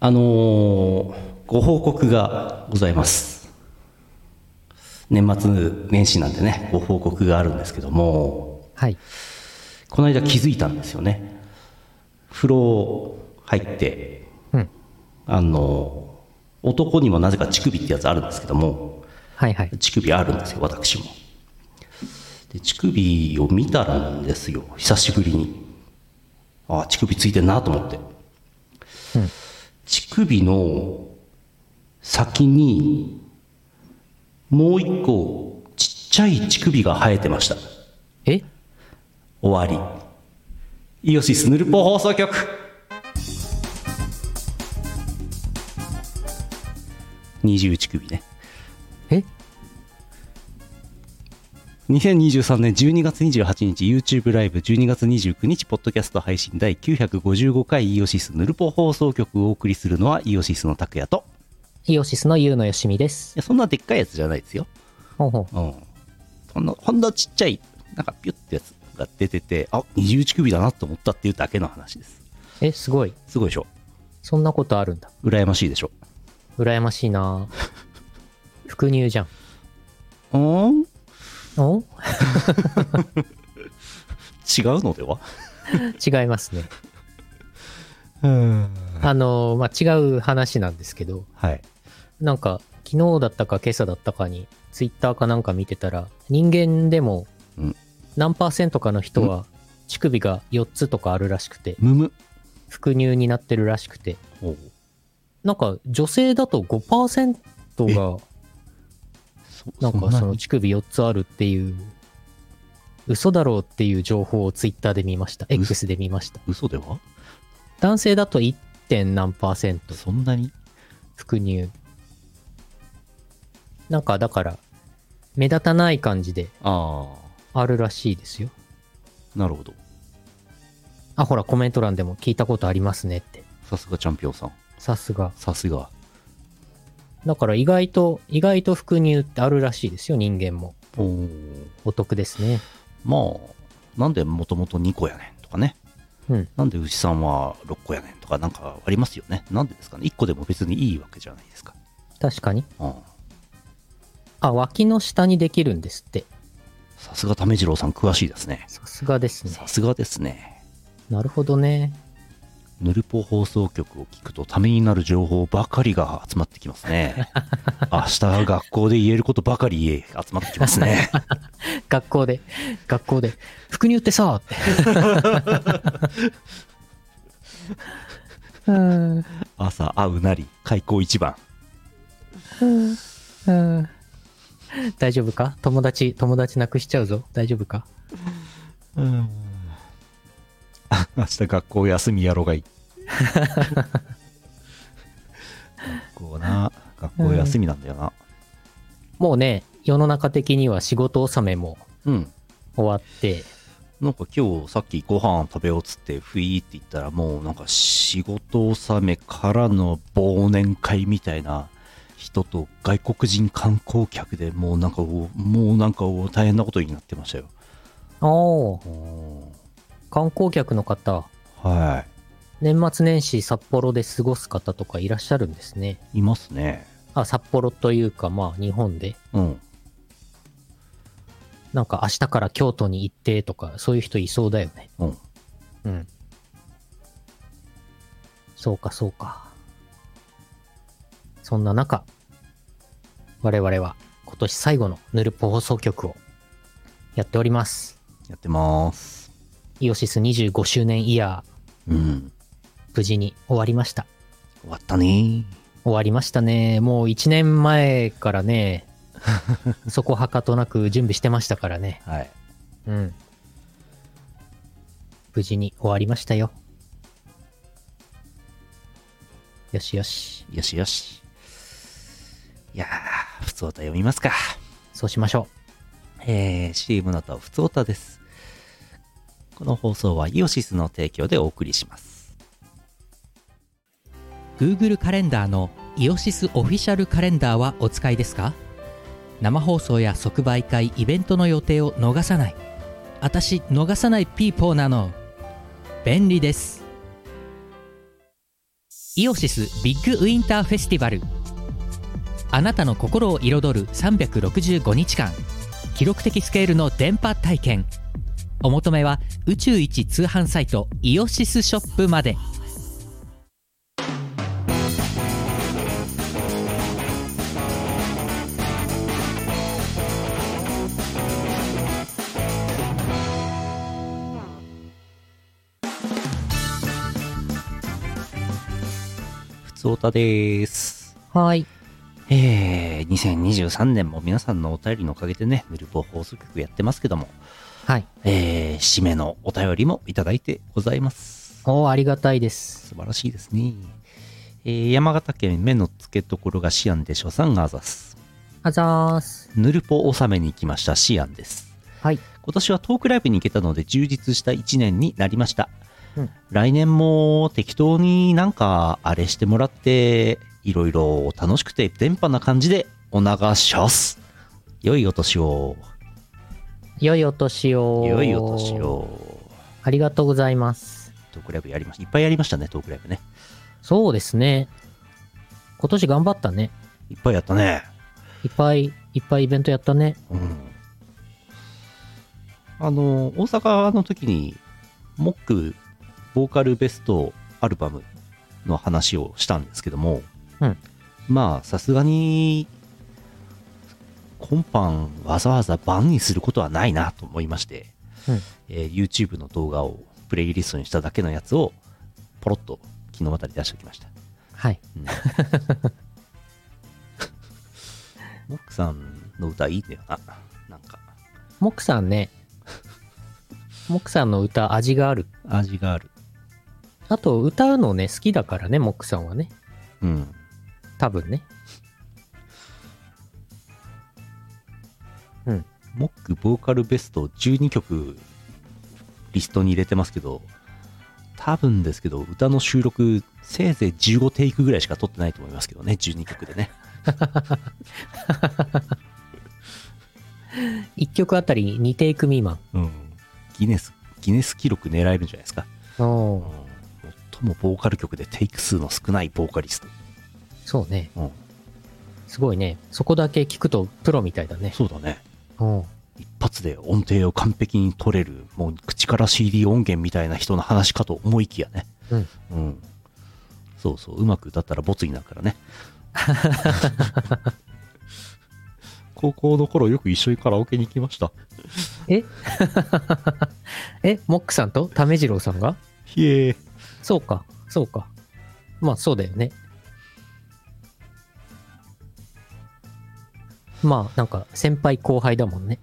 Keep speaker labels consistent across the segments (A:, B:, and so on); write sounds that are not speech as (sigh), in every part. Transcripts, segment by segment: A: あのーご報告がございます。年末年始なんでね、ご報告があるんですけども、
B: はい。
A: この間気づいたんですよね。風呂入って、
B: うん。
A: あのー男にもなぜか乳首ってやつあるんですけども、
B: はいはい。
A: 乳首あるんですよ、私も。で乳首を見たらなんですよ、久しぶりに。ああ、乳首ついてんなと思って。
B: うん。
A: 乳首の先にもう一個ちっちゃい乳首が生えてました
B: え
A: 終わりイオシスヌルポ放送局二重乳首ね
B: え
A: 2023年12月28日 YouTube ライブ12月29日ポッドキャスト配信第955回イオシスヌルポ放送局をお送りするのはイオシスの拓也と
B: イオシスのユウのよしみで
A: い
B: す。
A: やそんなでっかいやつじゃないですよ
B: ほうほう。
A: うん、ほんのほんのちっちゃいなんかピュッてやつが出ててあ二重乳首だなと思ったっていうだけの話です
B: え、すごい。
A: すごいでしょ
B: そんなことあるんだ。
A: 羨ましいでしょ
B: 羨ましい (laughs) なぁ副乳じゃん。
A: うん違う
B: お
A: のでは
B: 違いますね。
A: うん
B: あのー、まあ、違う話なんですけど、
A: はい
B: なんか、昨日だったか今朝だったかに、ツイッターかなんか見てたら、人間でも
A: うん、
B: 何パーセントかの人は、乳首が4つとかあるらしくて、
A: むむ
B: 副乳になってるらしくて、
A: おう
B: なんか女性だと5%が
A: そ
B: なんかその
A: に
B: 乳首4つあるっていう、嘘だろうっていう情報をツイッターで見ました。
A: 嘘
B: X で見ました。
A: 嘘では
B: 男性だと 1. 点何パーセント、
A: そんなに
B: 副乳。なんかだから、目立たない感じで
A: あ
B: あるらしいですよ。
A: あなるほど
B: あ、ほら、コメント欄でも聞いたことありますねって。
A: さすがチャンピオンさん
B: さすが。
A: さすが
B: だから意外と、意外と副乳ってあるらしいですよ、人間も。
A: おー
B: お得ですね。
A: まあなんでもともと2個やねんとかね
B: うん。
A: なんで牛さんは6個やねんとかなんかありますよねなんでですかね1個でも別にいいわけじゃないですか
B: 確かに。
A: うん
B: あ、脇の下にできるんですって。
A: さすが為次郎さん詳しいですね。
B: さすがですね。
A: さすがですね。
B: なるほどね。
A: ヌルポ放送局を聞くとためになる情報ばかりが集まってきます (laughs) ね。明日学校で言えることばかり集まってきます (laughs) ね。
B: 学校で、学校で、副乳ってさ、ってうん
A: 朝会うなり開口一番。
B: うん大丈夫か友達、友達なくしちゃうぞ。大丈夫か
A: あ (laughs) 明日学校休みやろが (laughs) いい。学校な。学校休みなんだよな。
B: もうね、世の中的には仕事納めも
A: うん。
B: 終わって、
A: なんか今日さっきご飯食べようっつってふいーって言ったらもうなんか仕事納めからの忘年会みたいな人と外国人観光客でもうなんかおもうなんかお大変なことになってましたよ。
B: おー
A: お
B: 観光客の方、
A: ーは
B: 年末年始札幌で過ごす方とかいらっしゃるんですね。
A: い。いますね。
B: あ、札幌というか、まあ、日本で。
A: うん。
B: なんか明日から京都に行ってとか、そういう人いそうだよね。
A: うん。
B: うん。そうか、そうか。そんな中、我々は今年最後のヌルポ放送局をやっております。
A: やってます。
B: イオシス25周年イヤ
A: うん。
B: ー、無事に終わりました。
A: 終わったね。
B: 終わりましたね。もう1年前からね、
A: (laughs)
B: そこはかとなく準備してましたからね。
A: はい。
B: うん。無事に終わりましたよ。よしよし。
A: よしよし。いやー、普通歌読みますか。
B: そうしましょ
A: えー、CM の後はふつおたです。この放送はイオシスの提供でお送りします。
B: う。Google カレンダーのイオシスオフィシャルカレンダーはお使いですか生放送や即売会、イベントの予定を逃さない。私、逃さないピーポーなの。便利です。
C: イオシスビッグウィンターフェスティバルあなたの心を彩る365日間記録的スケールの電波体験お求めは宇宙一通販サイトイオシスショップまで
A: ふつおたです。
B: はい。
A: えー、2023年も皆さんのお便りのおかげでね、ヌルポ放送局やってますけども、
B: はい。
A: えー、締めのお便りもいただいてございます。
B: おーありがたいです。
A: 素晴らしいですね。えー、山形県目の付けどころがシアンでしょさんがあざす。
B: あざーす。
A: ヌルポ納めに来ましたシアンです。
B: はい。
A: 今年はトークライブに行けたので充実した1年になりました。
B: うん
A: 来年も適当になんかあれしてもらって、いろいろ楽しくて電波な感じでお流します。良いお年を。
B: 良いお年を。
A: 良いお年。を。
B: ありがとうございます。
A: トークライブやりました。いっぱいやりましたね、トークライブね。
B: そうですね。今年頑張ったね。
A: いっぱいやったね。
B: いっぱいいっぱいイベントやったね。
A: うん。あの、大阪の時に、モック、ボーカルベストアルバムの話をしたんですけども、
B: うん
A: まあ、さすがに、今般わざわざバンにすることはないなと思いまして、
B: うん
A: えー YouTube の動画をプレイリストにしただけのやつを、ポロッと昨日あたり出しておきました。
B: はい。
A: うんモックさんの歌いいんだよな。なんか、
B: モクさんね。 (laughs) モクさんの歌味がある。
A: 味がある。
B: あと歌うのね好きだからねモクさんはね。
A: うん。
B: 多分ね。
A: モックボーカルベスト12曲リストに入れてますけど、多分ですけど、歌の収録、せいぜい15テイクぐらいしか撮ってないと思いますけどね、12曲でね。
B: 1曲あたり2テイク未満。
A: うん。ギネス、ギネス記録狙えるんじゃないですか。
B: お
A: うん
B: ー。
A: 最もボーカル曲でテイク数の少ないボーカリス
B: そうね。
A: ト。うん。
B: すごいね。そこだけ聞くとプロみたいだね。
A: そうだね。
B: うん。
A: 一発で音程を完璧に取れるもう口から CD 音源みたいな人の話かと思いきやね
B: うん、
A: うんそうそううまく歌ったらボツになるからね (laughs) 高校の頃よく一緒にカラオケに行きました
B: え (laughs) えモックさんと為次郎さんが
A: ひえ
B: そうか、そうか。まあそうだよね。まあなんか先輩後輩だもんね。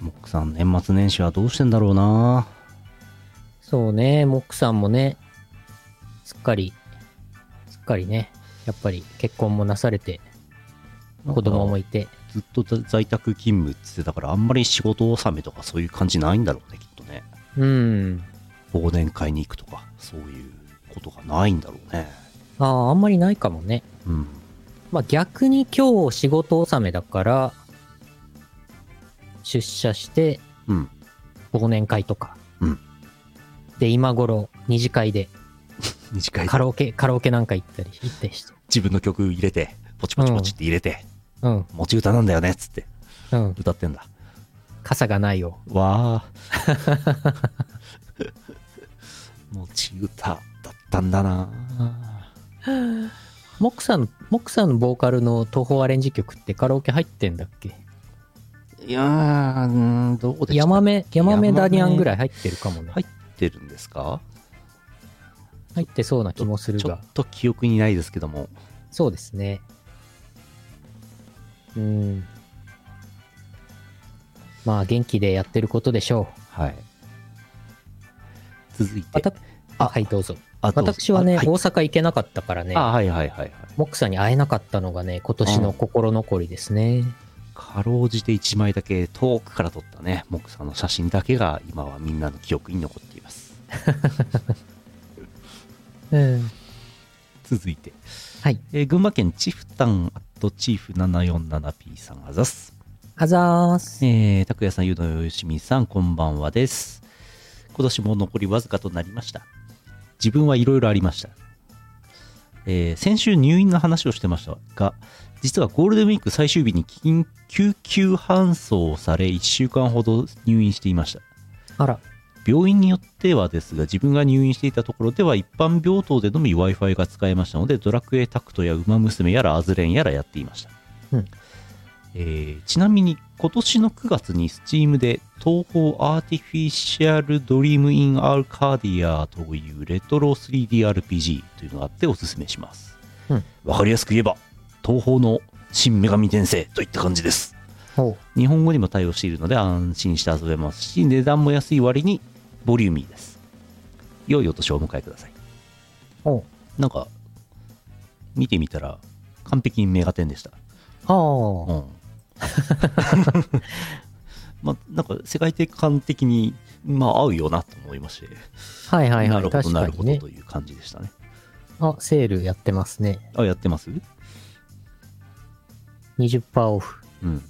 A: モックさん年末年始はどうしてんだろうな
B: そうね、モックさんもね、すっかり、すっかりね、やっぱり結婚もなされて、子供
A: なん
B: も
A: か
B: いて、
A: ずっと在宅勤務っつってたからあんまり仕事納めとかそういう感じないんだろうねきっとね
B: うん。
A: 忘年会に行くとかそういうことがないんだろうね
B: ああ、あんまりないかもね。
A: うん
B: まあ逆に今日仕事納めだから、出社して
A: うん
B: 忘年会とか。
A: うん
B: で、今頃二次会で
A: 二次会
B: カラオケ、カラオケなんか行ったり、行ったりして。
A: 自分の曲入れてポチポチポチって入れて、
B: うん、
A: 持ち歌なんだよねっつって
B: うん。
A: 歌ってんだ
B: 傘がないよ。
A: わあ (laughs) 持ち歌だったんだな
B: モックさん、モックさんのボーカルの東宝アレンジ曲ってカラオケ入ってんだっけ
A: いやーうーんどうですか
B: ヤマメ、ヤマメ
A: ヤマメ
B: ダニアンぐらい入ってるかもね。
A: 入ってるんですか
B: 入ってそうな気もする
A: ちょ
B: が
A: っ。と記憶にないですけども
B: そうですね。うん。まあ、元気でやってることでしょ。
A: はい続いう
B: わ
A: て
B: たあ、はい、どうぞ。
A: あと
B: 私はね、
A: あはい
B: 大阪行けなかったからね、
A: あはいはいはいはい
B: モックさんに会えなかったのがね、今年の心残りですね。
A: かろうじて1枚だけ遠くから撮ったねモックさんの写真だけが今はみんなの記憶に残っています
B: うん。
A: 続いて、
B: はい。
A: えー群馬県チフタンアットチーフ 747P さんあざっす
B: あざーす。
A: えー、拓也さん、ゆうのよしみさん、こんばんはです。今年も残りわずかとなりました。自分はいろいろありました。えー先週入院の話をしてましたが、実はゴールデンウィーク最終日に緊救急搬送され、1週間ほど入院していました。
B: あら、
A: 病院によってはですが自分が入院していたところでは一般病棟でのみ w i f i が使えましたのでドラクエタクトやウマ娘やらアズレンやらやっていました、
B: うん
A: えーちなみに今年の9月に Steam で東宝アーティフィシャルドリームインアルカディアというレトロ 3DRPG というのがあっておすすめします
B: う
A: わ
B: ん、
A: かりやすく言えば東宝の新女神転生といった感じです
B: ほ、
A: 日本語にも対応しているので安心して遊べますし値段も安い割にボリューミーです良いお年をお迎えくださいう
B: ほ
A: なんか見てみたら完璧にメガテンでした
B: う。あ
A: うん (laughs) まあなんか世界観的にまあ合うよなと思いまして、
B: あ、はいはい
A: な
B: は
A: るほ
B: い。
A: ど
B: 確
A: な
B: か
A: るほ
B: に
A: ど
B: ね
A: と。いう感じでしたね
B: あ、セールやってますね。
A: あやってます
B: 20%オフ。
A: うん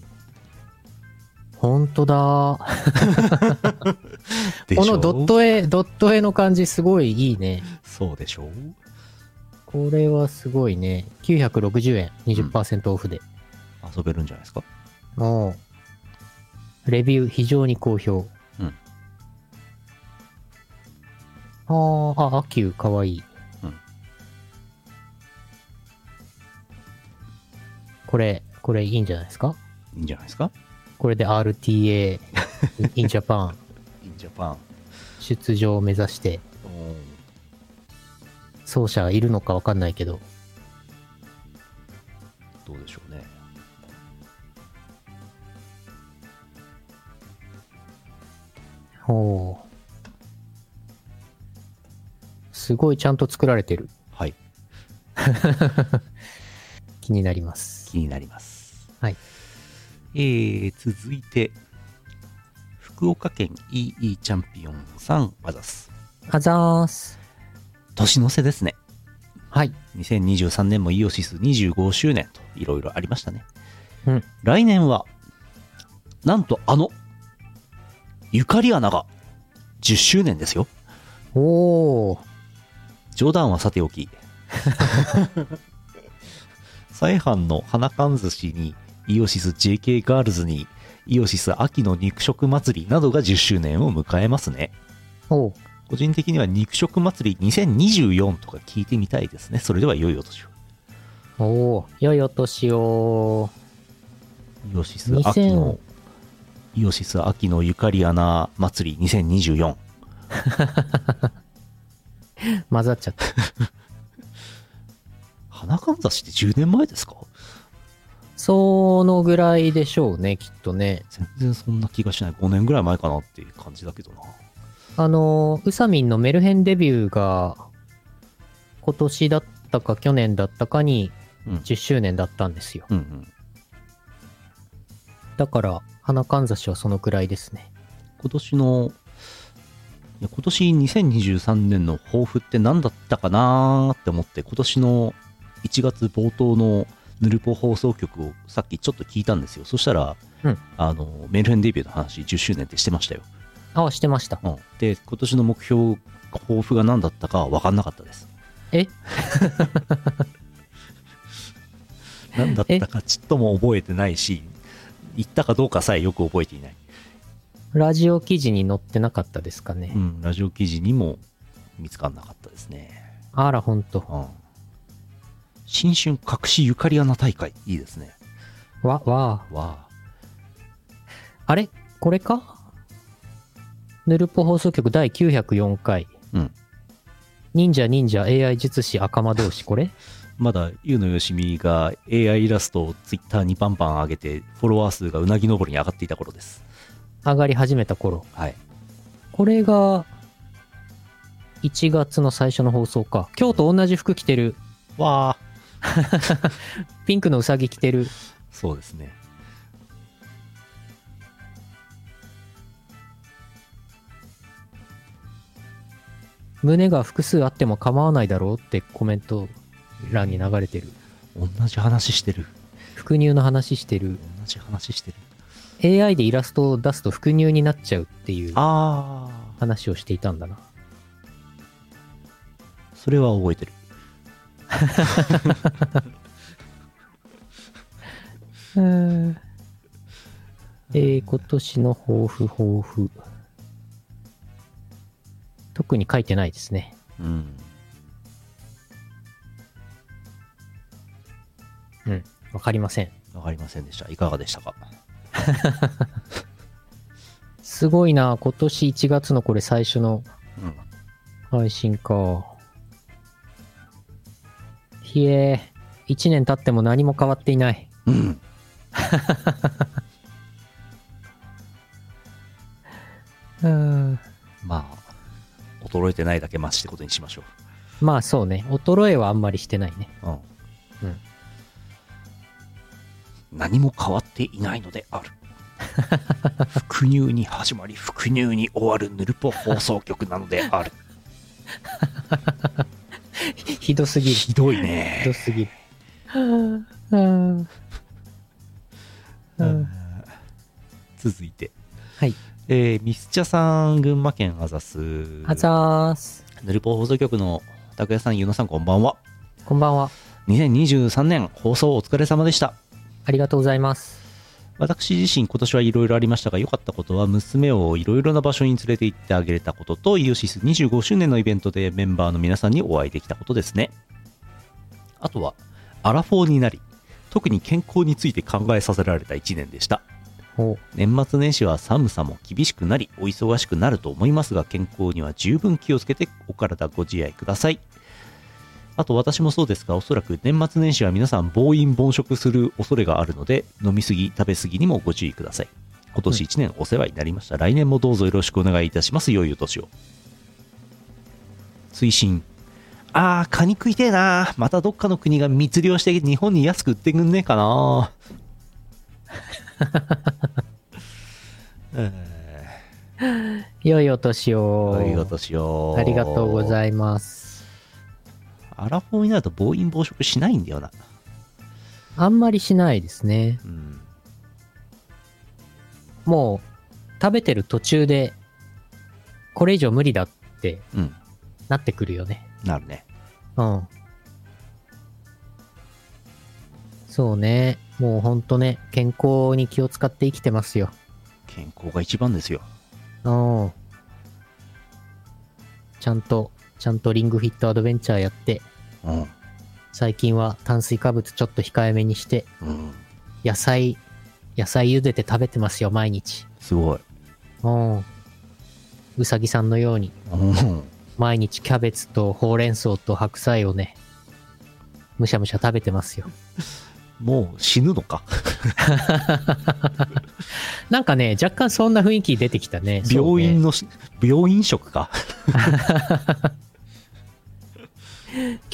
B: ほんとだー。
A: でしょ
B: このドット絵、ドット絵の感じすごいいいね。
A: そうでしょう
B: これはすごいね。960円、20%オフで。
A: 遊べるんじゃないですか
B: もう、レビュー非常に好評。
A: うん
B: あーあ、アキューかわいい。
A: うん
B: これ、これいいんじゃないですか
A: いいんじゃないですか
B: これで RTA
A: (laughs)
B: in Japan
A: インジャパン
B: 出場を目指して、奏者がいるのかわかんないけど、
A: どうでしょうね
B: おーすごいちゃんと作られてる。
A: はい
B: 気になります。
A: 気になります。
B: はい。
A: えー、続いて、福岡県 EE チャンピオンさん、あざす。
B: あざーす。
A: 年の瀬ですね。
B: はい。
A: 2023年もイオシス25周年といろいろありましたね。
B: うん
A: 来年は、なんとあの、ゆかりアナが10周年ですよ。
B: おー。
A: 冗談はさておき再販の花缶寿司にイオシス JK ガールズにイオシス秋の肉食祭りなどが10周年を迎えますね
B: おう。
A: 個人的には肉食祭り2024とか聞いてみたいですねそれでは良いお年を
B: おおー。良いお年を。
A: イオシス秋の
B: 2000
A: イオシス秋のゆかりアナ祭り2024
B: 混ざっちゃった。
A: 花缶寿司って10年前ですか
B: そのぐらいでしょうね、きっとね。
A: 全然そんな気がしない5年ぐらい前かなっていう感じだけどな
B: あのー、うさみんのメルヘンデビューが、今年だったか去年だったかに
A: うん
B: 10周年だったんですよ。
A: うんうん
B: だから、花かんざしはそのくらいですね。
A: 今年の、いや今年2023年の抱負って何だったかなーって思って、今年の1月冒頭のヌルポ放送局をさっきちょっと聞いたんですよ。そしたら、
B: うん
A: あのメルヘンデビューの話10周年ってしてましたよ。
B: あ、してました。
A: うん、で、今年の目標、抱負が何だったか分かんなかったです。
B: え
A: (laughs) 何だったかちっとも覚えてないし、言ったかどうかさえよく覚えていない。
B: ラジオ記事に載ってなかったですかね。
A: うん、ラジオ記事にも見つからなかったですね。
B: あら、ほんと。
A: うん新春隠しゆかり穴大会いいですね
B: わ、わ
A: わ
B: あ。あれこれかヌルポ放送局第904回。
A: あうん
B: 忍者忍者 AI 術師赤間同士これ
A: まだゆうのよしみが AI イラストをツイッターにバンバン上げてフォロワー数がうなぎ登りに上がっていた頃です
B: 上がり始めた頃。
A: はい
B: これが、1月の最初の放送か。今日と同じ服着てる。
A: わあ
B: ピンクのうさぎ着てる。
A: そうですね
B: 胸が複数あっても構わないだろうってコメント欄に流れてる。
A: 同じ話してる
B: 服乳の話してる。
A: 同じ話してる
B: AI でイラストを出すと服乳になっちゃうっていう
A: ああ
B: 話をしていたんだな。
A: それは覚えてる
B: えー、今年の抱負、抱負。特に書いてないですね。
A: うん。
B: うん。わかりません。
A: わかりませんでした。いかがでしたか
B: すごいな。今年1月のこれ最初の
A: うん。
B: 配信か。ひえー、1年経っても何も変わっていない。
A: うん。
B: うん。
A: まあ、衰えてないだけマシってことにしましょ
B: まあそうね。衰えはあんまりしてないね。
A: う。うん。
B: うん。
A: 何も変わっていないのである。伏乳に始まり、伏乳に終わるヌルポ放送局なのであ
B: (laughs)
A: る。
B: ひどすぎる。
A: ひどい
B: ひど
A: ね。
B: すぎる。うん。うん。
A: 続いて。
B: はい。
A: えーミスチャさん、群馬県アザス。
B: あざーす。
A: ヌルポ放送局の拓也さん、ゆのさん、こんばんは。
B: こんばんは。
A: 2023年放送お疲れ様でした。
B: ありがとうございます。
A: 私自身今年はいろいろありましたが良かったことは娘をいろいろな場所に連れて行ってあげれたこととイオシス25周年のイベントでメンバーの皆さんにお会いできたことですねあとはアラフォーになり特に健康について考えさせられた1年でした
B: お
A: 年末年始は寒さも厳しくなりお忙しくなると思いますが健康には十分気をつけてお体ご自愛くださいあと私もそうですがおそらく年末年始は皆さん暴飲暴食する恐れがあるので飲みすぎ食べすぎにもご注意ください今年1年お世話になりました、来年もどうぞよろしくお願いいたします良いお年を推進あーカニ食いてえなまたどっかの国が密漁して日本に安く売ってくんねえかな
B: 良いお年を。
A: ありがとうしよう。
B: ありがとうご
A: い
B: ざいます。
A: ます。アラフォーになると暴飲暴食しないんだよな。
B: あんまりしないですね。
A: うん。
B: もう、食べてる途中で、これ以上無理だって
A: うん。
B: なってくるよね。
A: なるね。
B: うん。そうね。もうほんとね、健康に気を使って生きてますよ。
A: 健康が一番ですよ。
B: うん。ちゃんと、ちゃんとリングフィットアドベンチャーやって、
A: うん。
B: 最近は炭水化物ちょっと控えめにして、
A: うん。
B: 野菜、野菜茹でて食べてますよ、毎日。
A: すごい。
B: うん。うさぎさんのように、
A: うん。
B: 毎日キャベツとほうれん草と白菜をね、むしゃむしゃ食べてますよ。
A: もう死ぬのか。
B: なんかね、若干そんな雰囲気出てきたね。そう
A: 病
B: ね
A: 院のし、病院食か。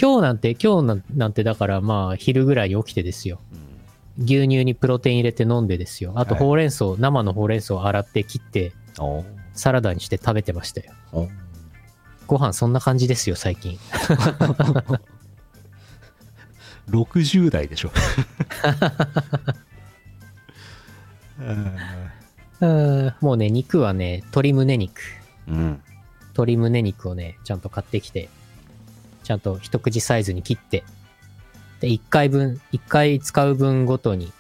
B: 今日なんて、今日なんなんてだからまあ、昼ぐらいに起きてですよ。
A: うん。
B: 牛乳にプロテイン入れて飲んでですよ。あと
A: はい
B: ほうれん草、生のほうれん草を洗って切って、
A: お
B: サラダにして食べてましたよ。
A: お
B: ご飯そんな感じですよ、最近。
A: 60代でしょ。うん
B: うんもうね、肉はね、鶏胸肉。
A: うん。
B: 鶏胸肉をね、ちゃんと買ってきて、ちゃんと一口サイズに切って、で、一回分、一回使う分ごとに、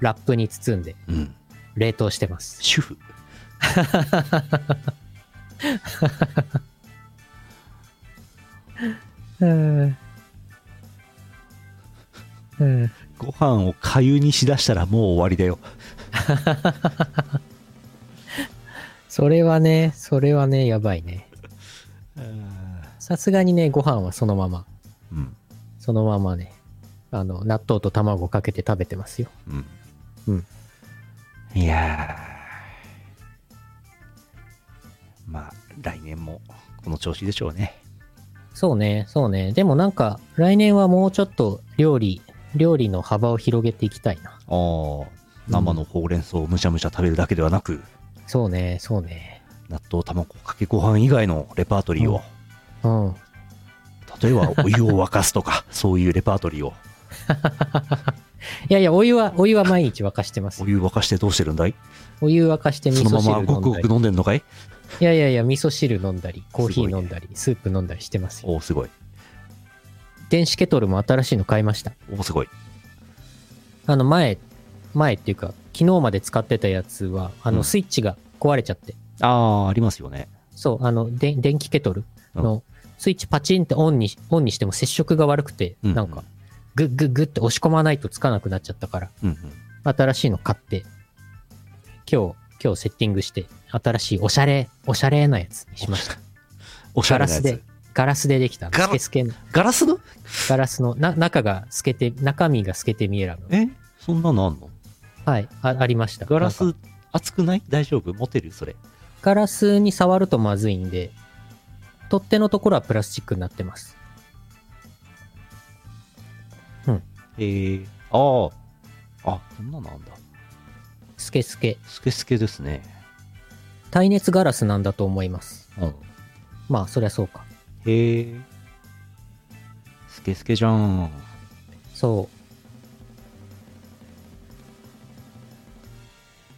B: ラップに包んで、
A: うん。
B: 冷凍してます。
A: 主婦。
B: うん。うん。
A: ご飯をかゆにしだしたらもう終わりだよ。
B: それはね、それはね、やばいね。さすがにね、ご飯はそのまま、
A: うん。
B: そのままね、あの、納豆と卵かけて食べてますよ。
A: うん。
B: うん。
A: いやーまあ、来年もこの調子でしょうね。
B: そうね、そうね。でもなんか、来年はもうちょっと料理、料理の幅を広げていきたいな。
A: ああ、生のほうれん草をむしゃむしゃ食べるだけではなく、
B: そうね、そうね。
A: 納豆、卵かけご飯以外のレパートリーを、
B: うん。
A: 例えばお湯を沸かすと (laughs) か、そういうレパートリーを、
B: いやいや、お湯は、お湯は毎日沸かしてます
A: お。湯沸かしてどうしてるんだい
B: お湯沸かして味
A: その
B: 噌
A: まま
B: 汁
A: ごくご
B: 飲んだ
A: く
B: り。
A: 飲んでんのかい
B: いやいやいや、味噌汁飲んだり、コーヒ
A: すごい
B: ー
A: ね
B: 飲んだり、スープ飲んだりしてますよ。
A: おお、すごい。
B: 電子ケトルも新しいの買いました。
A: おすごい。
B: あの前、前っていうか、昨日まで使ってたやつは、あ
A: う
B: の
A: ん
B: スイッチが壊れちゃって、
A: ああ、ありますよね。
B: そう、あの、で電気ケトルのスイッチパチンってオンに、オンにしても接触が悪くて、
A: うん
B: なんか、グッグッグッって押し込まないとつかなくなっちゃったから、
A: うんうん。
B: 新しいの買って、今日、今日セッティングして、新しいおしゃれ、おしゃれなやつにしま
A: (laughs)
B: した。
A: おしゃ
B: ガ
A: れ
B: ラ
A: なや
B: ス
A: つ
B: で。、ガラスでできた、
A: ガラ
B: スケスケの、
A: ガラスの
B: ガラスの、な、中が透けて、中身が透けて見えらんの。
A: えそんなのあんの
B: はい、あありました。
A: ガラ
B: なん
A: ス
B: か
A: 熱くない大丈夫持てるそれ。
B: ガラスに触るとまずいんで、取っ手のところはプラスチックになってます。
A: えー、ああ。あ、そんなのあんだ。
B: スケスケ。
A: スケスケですね。
B: 耐熱ガラスなんだと思います。
A: うん。
B: まあ、そりゃそうか。
A: へえ。スケスケじゃん。
B: そ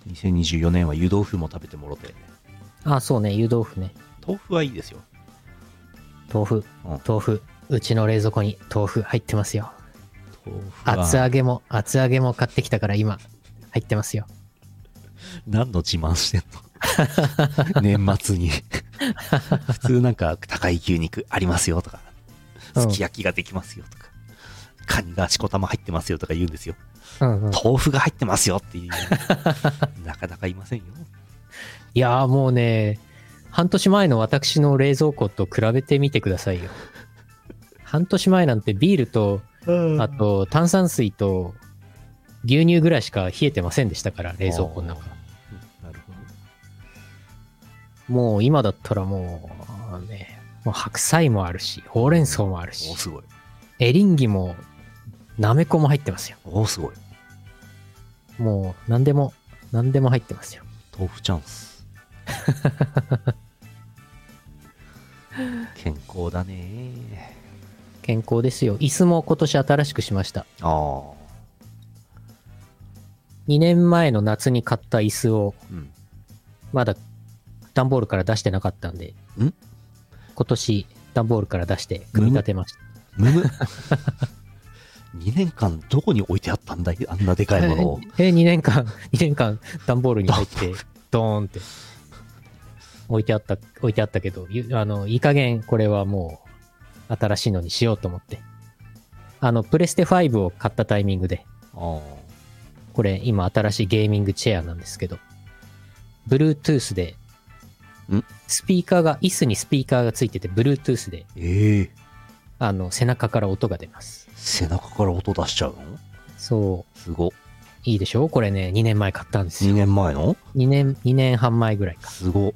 B: う。
A: 2024年は湯豆腐も食べてもろて。
B: あ、そうね、湯豆腐ね。
A: 豆腐はいいですよ。
B: 豆腐
A: うん、
B: 豆腐。うちの冷蔵庫に豆腐入ってますよ。
A: 豆腐は
B: 厚揚げも、厚揚げも買ってきたから今、入ってますよ。
A: 何の自慢してんの (laughs) 年末に普通なんか高い牛肉ありますよとか
B: うん
A: すき焼きができますよとか、カニがしこたま入ってますよとか言うんですよ、
B: うんうん。い
A: 豆腐が入ってますよっていうなかなかいませんよ
B: やーもうね、半年前の私の冷蔵庫と比べてみてくださいよ。半年前なんてビールとあと、炭酸水と牛乳ぐらいしか冷えてませんでしたから、冷蔵庫の中。
A: あーなるほど
B: もう今だったらもう、あのね、もう白菜もあるし、ほうれん草もあるし
A: お、すごい
B: エリンギも、なめこも入ってますよ。
A: おすごい
B: もう、何でも、何でも入ってますよ。
A: 豆腐チャンス
B: (laughs)
A: 健康だね
B: 健康ですよ。椅子も今年新しくしました。
A: ああ
B: 2年前の夏に買った椅子を、
A: うん
B: まだ段ボールから出してなかったんで、
A: ん
B: 今年、段ボールから出して組み立てました。
A: む (laughs) む2年間どこに置いてあったんだいあんなでかいものを
B: え、2年間、2年 (laughs) 間、段ボールに入って、ドーンって、置いてあった、置いてあったけど、ゆあの、いい加減、これはもう、新しいのにしようと思って。あの、プレステ5を買ったタイミングで、
A: あ
B: これ、今、新しいゲーミングチェアなんですけど、Bluetooth で
A: ん、
B: スピーカーが、椅子にスピーカーがついてて、Bluetooth で、
A: ええ
B: あの、背中から音が出ます。
A: 背中から音出しちゃうの
B: そう、
A: すご
B: いいでしょこれね、2年前買ったんです
A: 2
B: よ。
A: 年前の
B: 2年、2年半前ぐらいか。
A: す
B: (laughs)
A: ご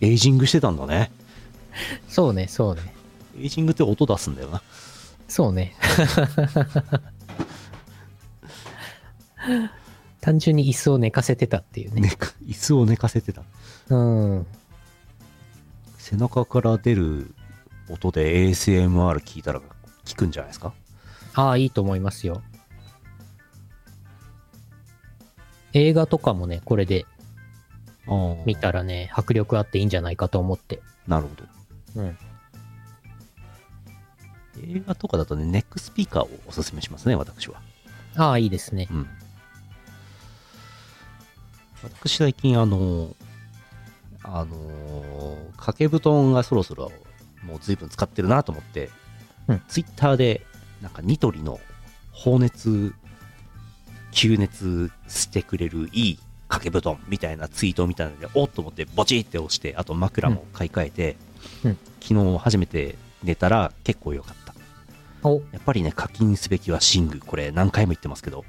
A: エイジングしてたんだね
B: そうね、そうね。
A: エイジングって音出すんだよな
B: そうね。単純に椅子を寝かせてたっていうね。
A: 寝か (laughs) 椅子を寝かせてた
B: うん。
A: 背中から出る音で ASMR 聞いたら聞くんじゃないですか
B: ああ、いいと思いますよ。映画とかもね、これで
A: ああ
B: 見たらね、迫力あっていいんじゃないかと思って。
A: なるほど
B: うん。
A: 映画とかだとねネックスピーカーをおすすめしますね私は
B: ああ、いいですね。
A: うん、私最近あのあの掛け布団がそろそろもう随分使ってるなと思って、
B: うん
A: ツイッターでなんかニトリの放熱吸熱してくれるいい掛け布団みたいなツイートみたいなのでおっと思ってボチって押してあと枕も買い替えて、
B: うん
A: 昨日初めて寝たら結構良かった
B: お、
A: やっぱりね課金すべきは寝具これ何回も言ってますけど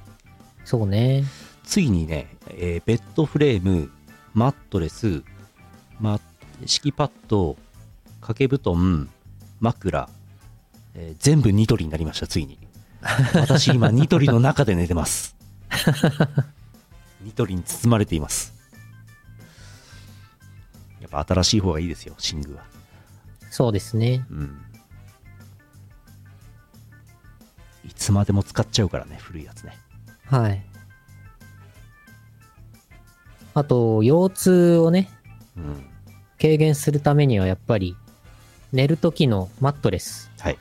B: そうね。
A: ついにね、えーベッドフレーム、マットレス、ま、敷きパッド、掛け布団、枕、えー全部ニトリになりました、ついに。私、今、ニトリの中で寝てます。ニトリに包まれています。やっぱ新しい方がいいですよ、寝具は。
B: そうですね。
A: うん。いつまでも使っちゃうからね、古いやつね。
B: はい。あと、腰痛をね、
A: うん。
B: 軽減するためにはやっぱり寝る時のマットレス
A: はい。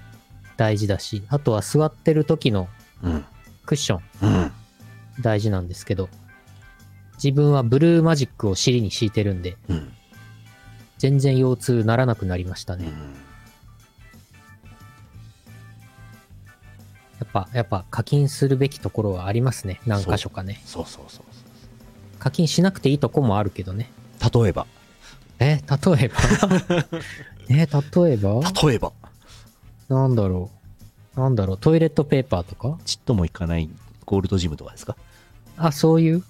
B: 大事だし、あとは座ってる時の
A: うん。
B: クッション
A: うん。
B: 大事なんですけど、自分はブルーマジックを尻に敷いてるんで、
A: うん。
B: 全然腰痛ならなくなりました
A: う
B: ね。
A: ん。
B: やっぱ、やっぱ課金するべきところはありますね。何箇所かね。
A: そうそうそう
B: 課金しなくていいとこもあるけどね。
A: そう。例えば。
B: え、例
A: (laughs)
B: えばえ、例えば
A: 例えば。
B: なんだろう。なんだろう。トイレットペーパーとか
A: ちっともいかないゴールドジムとかですか
B: あ、そう
A: (laughs)
B: いう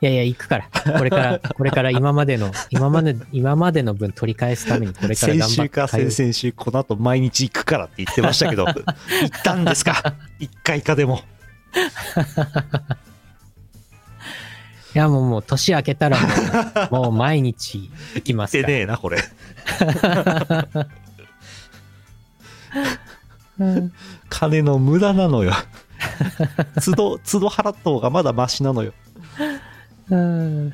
B: いやいや、行くから。これから、これから今までの、今まで、今までの分取り返すためにこれから
A: 先
B: 頑張っ
A: 週
B: て通う。
A: か先々週、この後毎日行くからって言ってましたけ (laughs) ど、行ったんですか一回かでも。
B: いや、もう、もう、年明けたらも
A: (laughs)
B: う、もう毎日行きま
A: です
B: から。
A: ねえな、これ。
B: うん
A: 金の無駄なのよ。都度、都度払った方がまだマシなのよ。
B: うん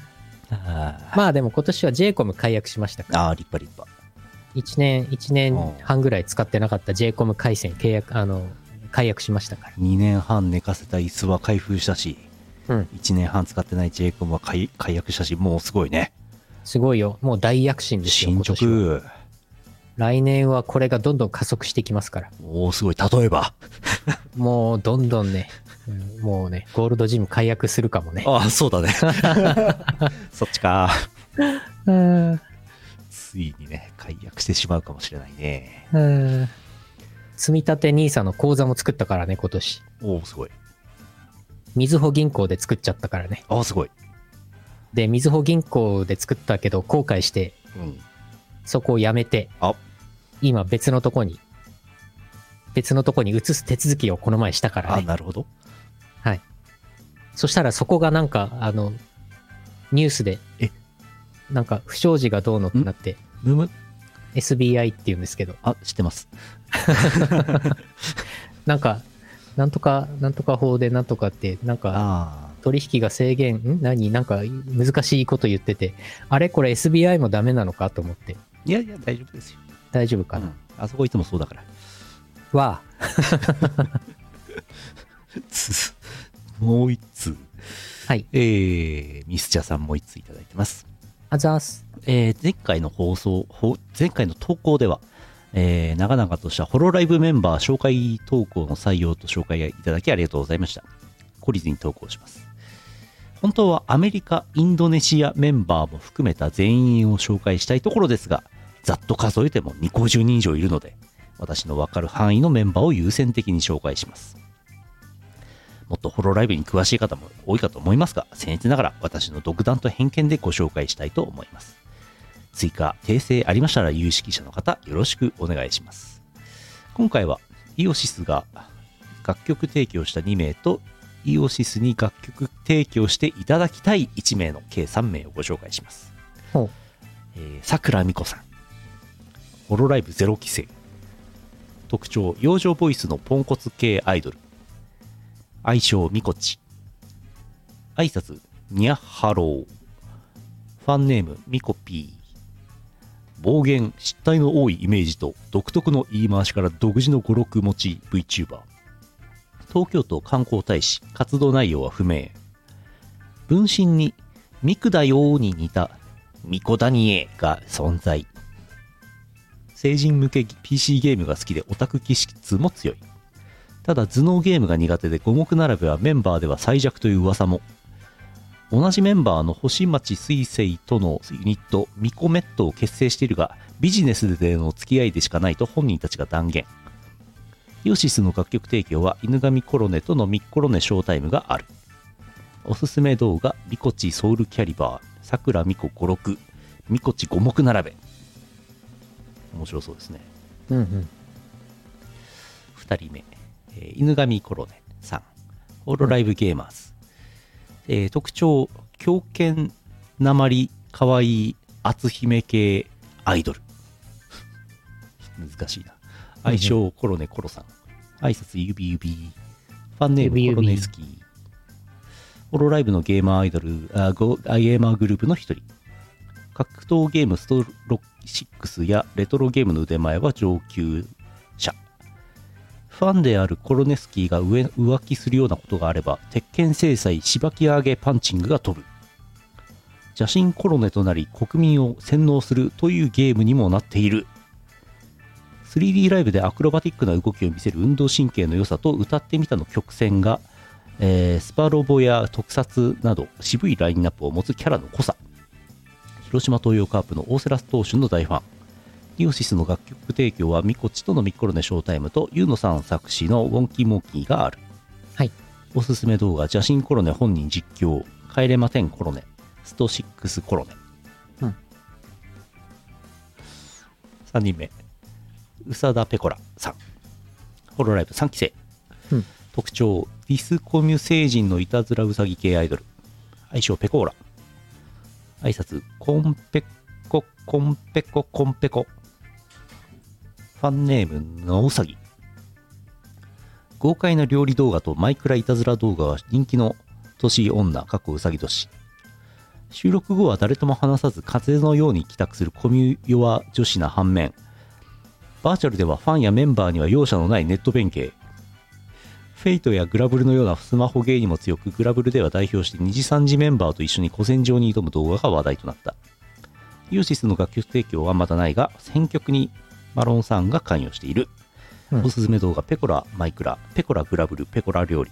A: あ
B: まあでも今年は j コム解約しましたから。
A: あ、立派立派。
B: 1年、一年半ぐらい使ってなかった j コム回線契約、あの、解約しましたから。
A: 2年半寝かせた椅子は開封したし、
B: うん
A: 1年半使ってない j 君は解解約したし、もうすごいね。
B: すごいよ。もう大躍進ですよ。
A: 進
B: 今
A: 捗
B: 年は。来年はこれがどんどん加速してきますから。
A: おお、すごい。例えば。
B: もうどんどんね、うんもうね、ゴールドジム解約するかもね。
A: ああ、そうだね。 (laughs) そっちか。
B: うん
A: ついにね、解約してしまうかもしれないね。
B: うん積み立て NISA の口座も作ったからね、今年。
A: おお、すごい。
B: みずほ銀行で作っちゃったからね。
A: ああ、すごい。
B: で、みずほ銀行で作ったけど後悔して、
A: うん。
B: そこをやめて、
A: あ
B: 今別のとこに、別のとこに移す手続きをこの前したから
A: あ
B: ね。
A: なるほど。
B: そしたらそこがなんか、あの、ニュースで
A: え、
B: なんか不祥事がどうのってなって、
A: むむ、
B: SBI って言うんですけど、
A: あ、知ってます。
B: なんか、なんとか、なんとか法でなんとかって、なんか、
A: あ
B: 取引が制限、ん何なんか難しいこと言ってて、あれこれ SBI もダメなのかと思って、
A: あ。いやいや、大丈夫ですよ。
B: 大丈夫か
A: う
B: な、
A: ん。あそこいつもそうだから。
B: は、
A: つ (laughs) もう一通。
B: はい。
A: えー、ミスチャさんも一通いただいてます。
B: あざーす。
A: えー前回の放送、ほ前回の投稿では、えー長々としたホロライブメンバー紹介投稿の採用と紹介いただきありがとうございました。懲りずに投稿します。本当はアメリカ、インドネシアメンバーも含めた全員を紹介したいところですが、ざっと数えても2 50人以上いるので、私のわかる範囲のメンバーを優先的に紹介します。もっとホロライブに詳しい方も多いかと思いますが、僭越ながら私の独断と偏見でご紹介したいと思います。追加、訂正ありましたら有識者の方よろしくお願いします。今回はイオシスが楽曲提供した2名とイオシスに楽曲提供していただきたい1名の計3名をご紹介します
B: ほう。
A: えーさくらみこさん、ホロライブゼロ期生、特徴、養生ボイスのポンコツ系アイドル、愛称みこち、挨拶、にゃハロー、ファンネームミコピー暴言失態の多いイメージと独特の言い回しから独自の語録持ち VTuber 東京都観光大使活動内容は不明分身にミクダヨーに似たミコダニエが存在成人向け PC ゲームが好きでオタク気質も強いただ頭脳ゲームが苦手で五目並べはメンバーでは最弱という噂も同じメンバーの星町水星とのユニットミコメットを結成しているがビジネスでの付き合いでしかないと本人たちが断言イオシスの楽曲提供は犬神コロネとのミッコロネショータイムがあるおすすめ動画ミコチソウルキャリバーさくらみこ56ミコチ五目並べ面白そうですね
B: うんうん。
A: 2人目、えー犬神コロネさん、ホロライブゲーマーズ、えー特徴、狂犬なまり、かわいい、篤姫系アイドル。 (laughs) 難しいな。愛称、コロネコロさん。挨拶、ゆびゆび。ファンネー
B: ゆび
A: ム、
B: ゆび
A: コロネスキー。ホロライブのゲーマーアイドル、あごあゲーマーグループの一人。格闘ゲームストロ6やレトロゲームの腕前は上級者ファンであるコロネスキーが上浮気するようなことがあれば鉄拳制裁しばき上げパンチングが飛ぶ邪神コロネとなり国民を洗脳するというゲームにもなっている 3D ライブでアクロバティックな動きを見せる運動神経の良さと歌ってみたの曲線が、えースパロボや特撮など渋いラインナップを持つキャラの濃さ広島東洋カープの大瀬良投手の大ファンディオシスの楽曲提供はミコチとのミッコロネショータイムとユーノさん作詞のウォンキーモンキーがある
B: はい
A: おすすめ動画邪神コロネ本人実況帰れま10コロネスト6コロネ、
B: うん
A: 3人目宇佐田ペコラさんホロライブ3期生、
B: うん
A: 特徴ディスコミュ星人のいたずらうさぎ系アイドル愛称ペコーラ挨拶コンペココンペココンペコファンネームのうさぎ豪快な料理動画とマイクラいたずら動画は人気の年女過去うさぎ年収録後は誰とも話さず風のように帰宅するコミュ弱女子な反面バーチャルではファンやメンバーには容赦のないネット弁慶フェイトやグラブルのようなスマホゲーにも強くグラブルでは代表して二次三次メンバーと一緒に古戦場に挑む動画が話題となったユーシスの楽曲提供はまだないが選曲にマロンさんが関与している、
B: うん
A: おすすめ動画ペコラマイクラペコラグラブルペコラ料理、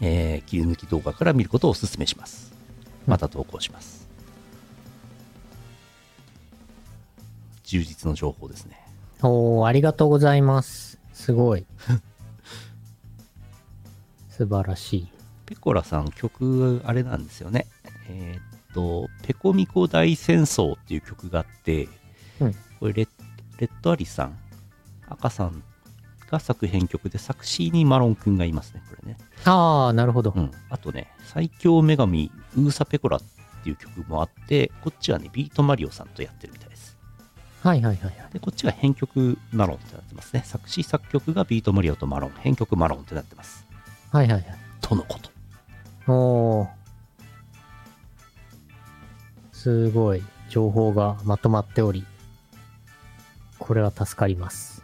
A: えー切り抜き動画から見ることをおすすめしますまた投稿します、充実の情報ですね
B: おー、ありがとうございます。すごい。 (laughs) 素晴らしい。
A: ペコラさん曲あれなんですよねえーっと「ペコミコ大戦争」っていう曲があって、
B: うん
A: これレッレッドアリさん赤さんが作編曲で作詞にマロンくんがいますねこれね、
B: ああ、なるほど。
A: うん、あとね「最強女神ウーサペコラ」っていう曲もあってこっちはねビートマリオさんとやってるみたいです
B: はいはいはいはい。
A: でこっちが編曲マロンってなってますね作詞作曲がビートマリオとマロン編曲マロンってなってます
B: はいはいはい。
A: とのこと
B: おー。すごい。情報がまとまっており、これは助かります。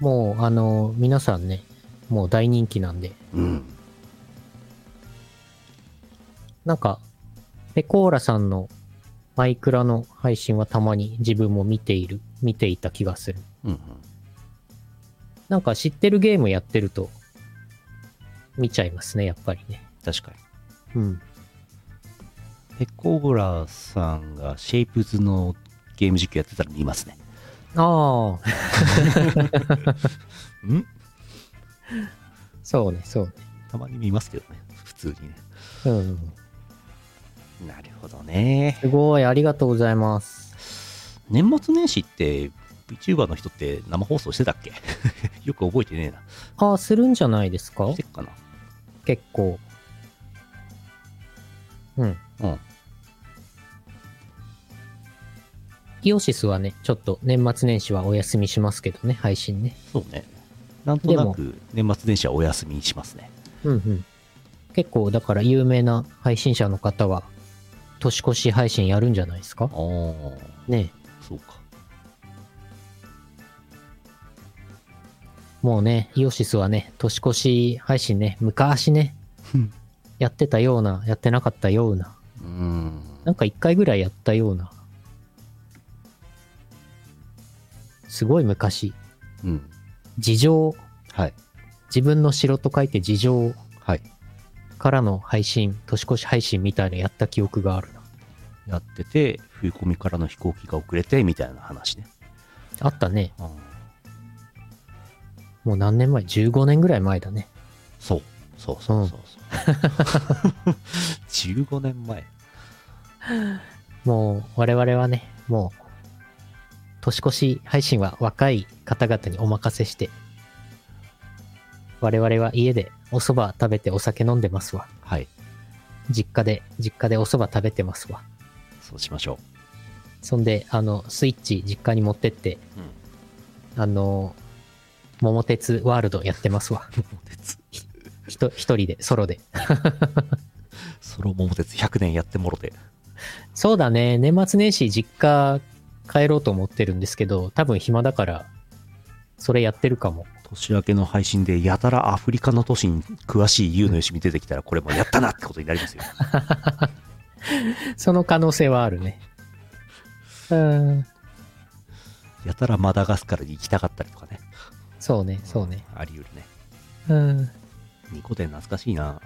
B: もう、あの、皆さんね、もう大人気なんで、
A: うん
B: なんか、ペコーラさんのマイクラの配信はたまに自分も見ている、見ていた気がする。
A: うんうん
B: なんか知ってるゲームやってると、見ちゃいますね、やっぱりね。
A: 確かに
B: うん。
A: ペコーラさんがシェイプズのゲーム実況やってたら見ますね。
B: ああ、
A: ん
B: (laughs) そうね、そうね。
A: たまに見ますけどね。普通にね。
B: うん。
A: なるほどね。
B: すごい、ありがとうございます。
A: 年末年始って VTuber の人って生放送してたっけ (laughs) よく覚えてねえな。
B: ああ、するんじゃないですか
A: してっかな。
B: 結構。うん。
A: うん。
B: イオシスはね、ちょっと年末年始はお休みしますけどね、配信ね。
A: そうね。なんとなく年末年始はお休みにしますね。
B: うんうん。結構、だから有名な配信者の方は、年越し配信やるんじゃないですか
A: ああ、
B: ね
A: そうか。
B: えもうね、イオシスはね、年越し配信ね、昔ね
A: うん、
B: やってたような、やってなかったような、
A: うーん。
B: なんか一回ぐらいやったような。すごい昔、
A: うん。
B: 事情、
A: はい。
B: 自分の城と書いて事情
A: はい。
B: からの配信、年越し配信みたいなやった記憶があるな。
A: やってて、冬込みからの飛行機が遅れてみたいな話ね。
B: あったね。
A: あー
B: もう何年前 ?15 年ぐらい前だね。
A: そう。そうそうそう (laughs) そう。15年前。
B: もう我々はね、もう年越し配信は若い方々にお任せして、我々は家でお蕎麦食べてお酒飲んでますわ。
A: はい。
B: 実家で、実家でお蕎麦食べてますわ。
A: そうしましょ
B: そんで、あの、スイッチ実家に持ってって、
A: う。うん。
B: あの、桃鉄ワールドやってますわ。
A: 鉄。
B: ひと一人で、ソロで。
A: ソロ桃鉄100年やってもろて。
B: そうだね。年末年始実家帰ろうと思ってるんですけど、多分暇だから、それやってるかも。
A: 年明けの配信でやたらアフリカの都市に詳しい優のよしみ出てきたらこれもうやったなってことになりますよ。
B: その可能性はあるね。うん。
A: (laughs) やたらマダガスカルに行きたかったりとかね。
B: そうね、そうね。
A: あり得るね。
B: うん。
A: ニコデン懐かしいな。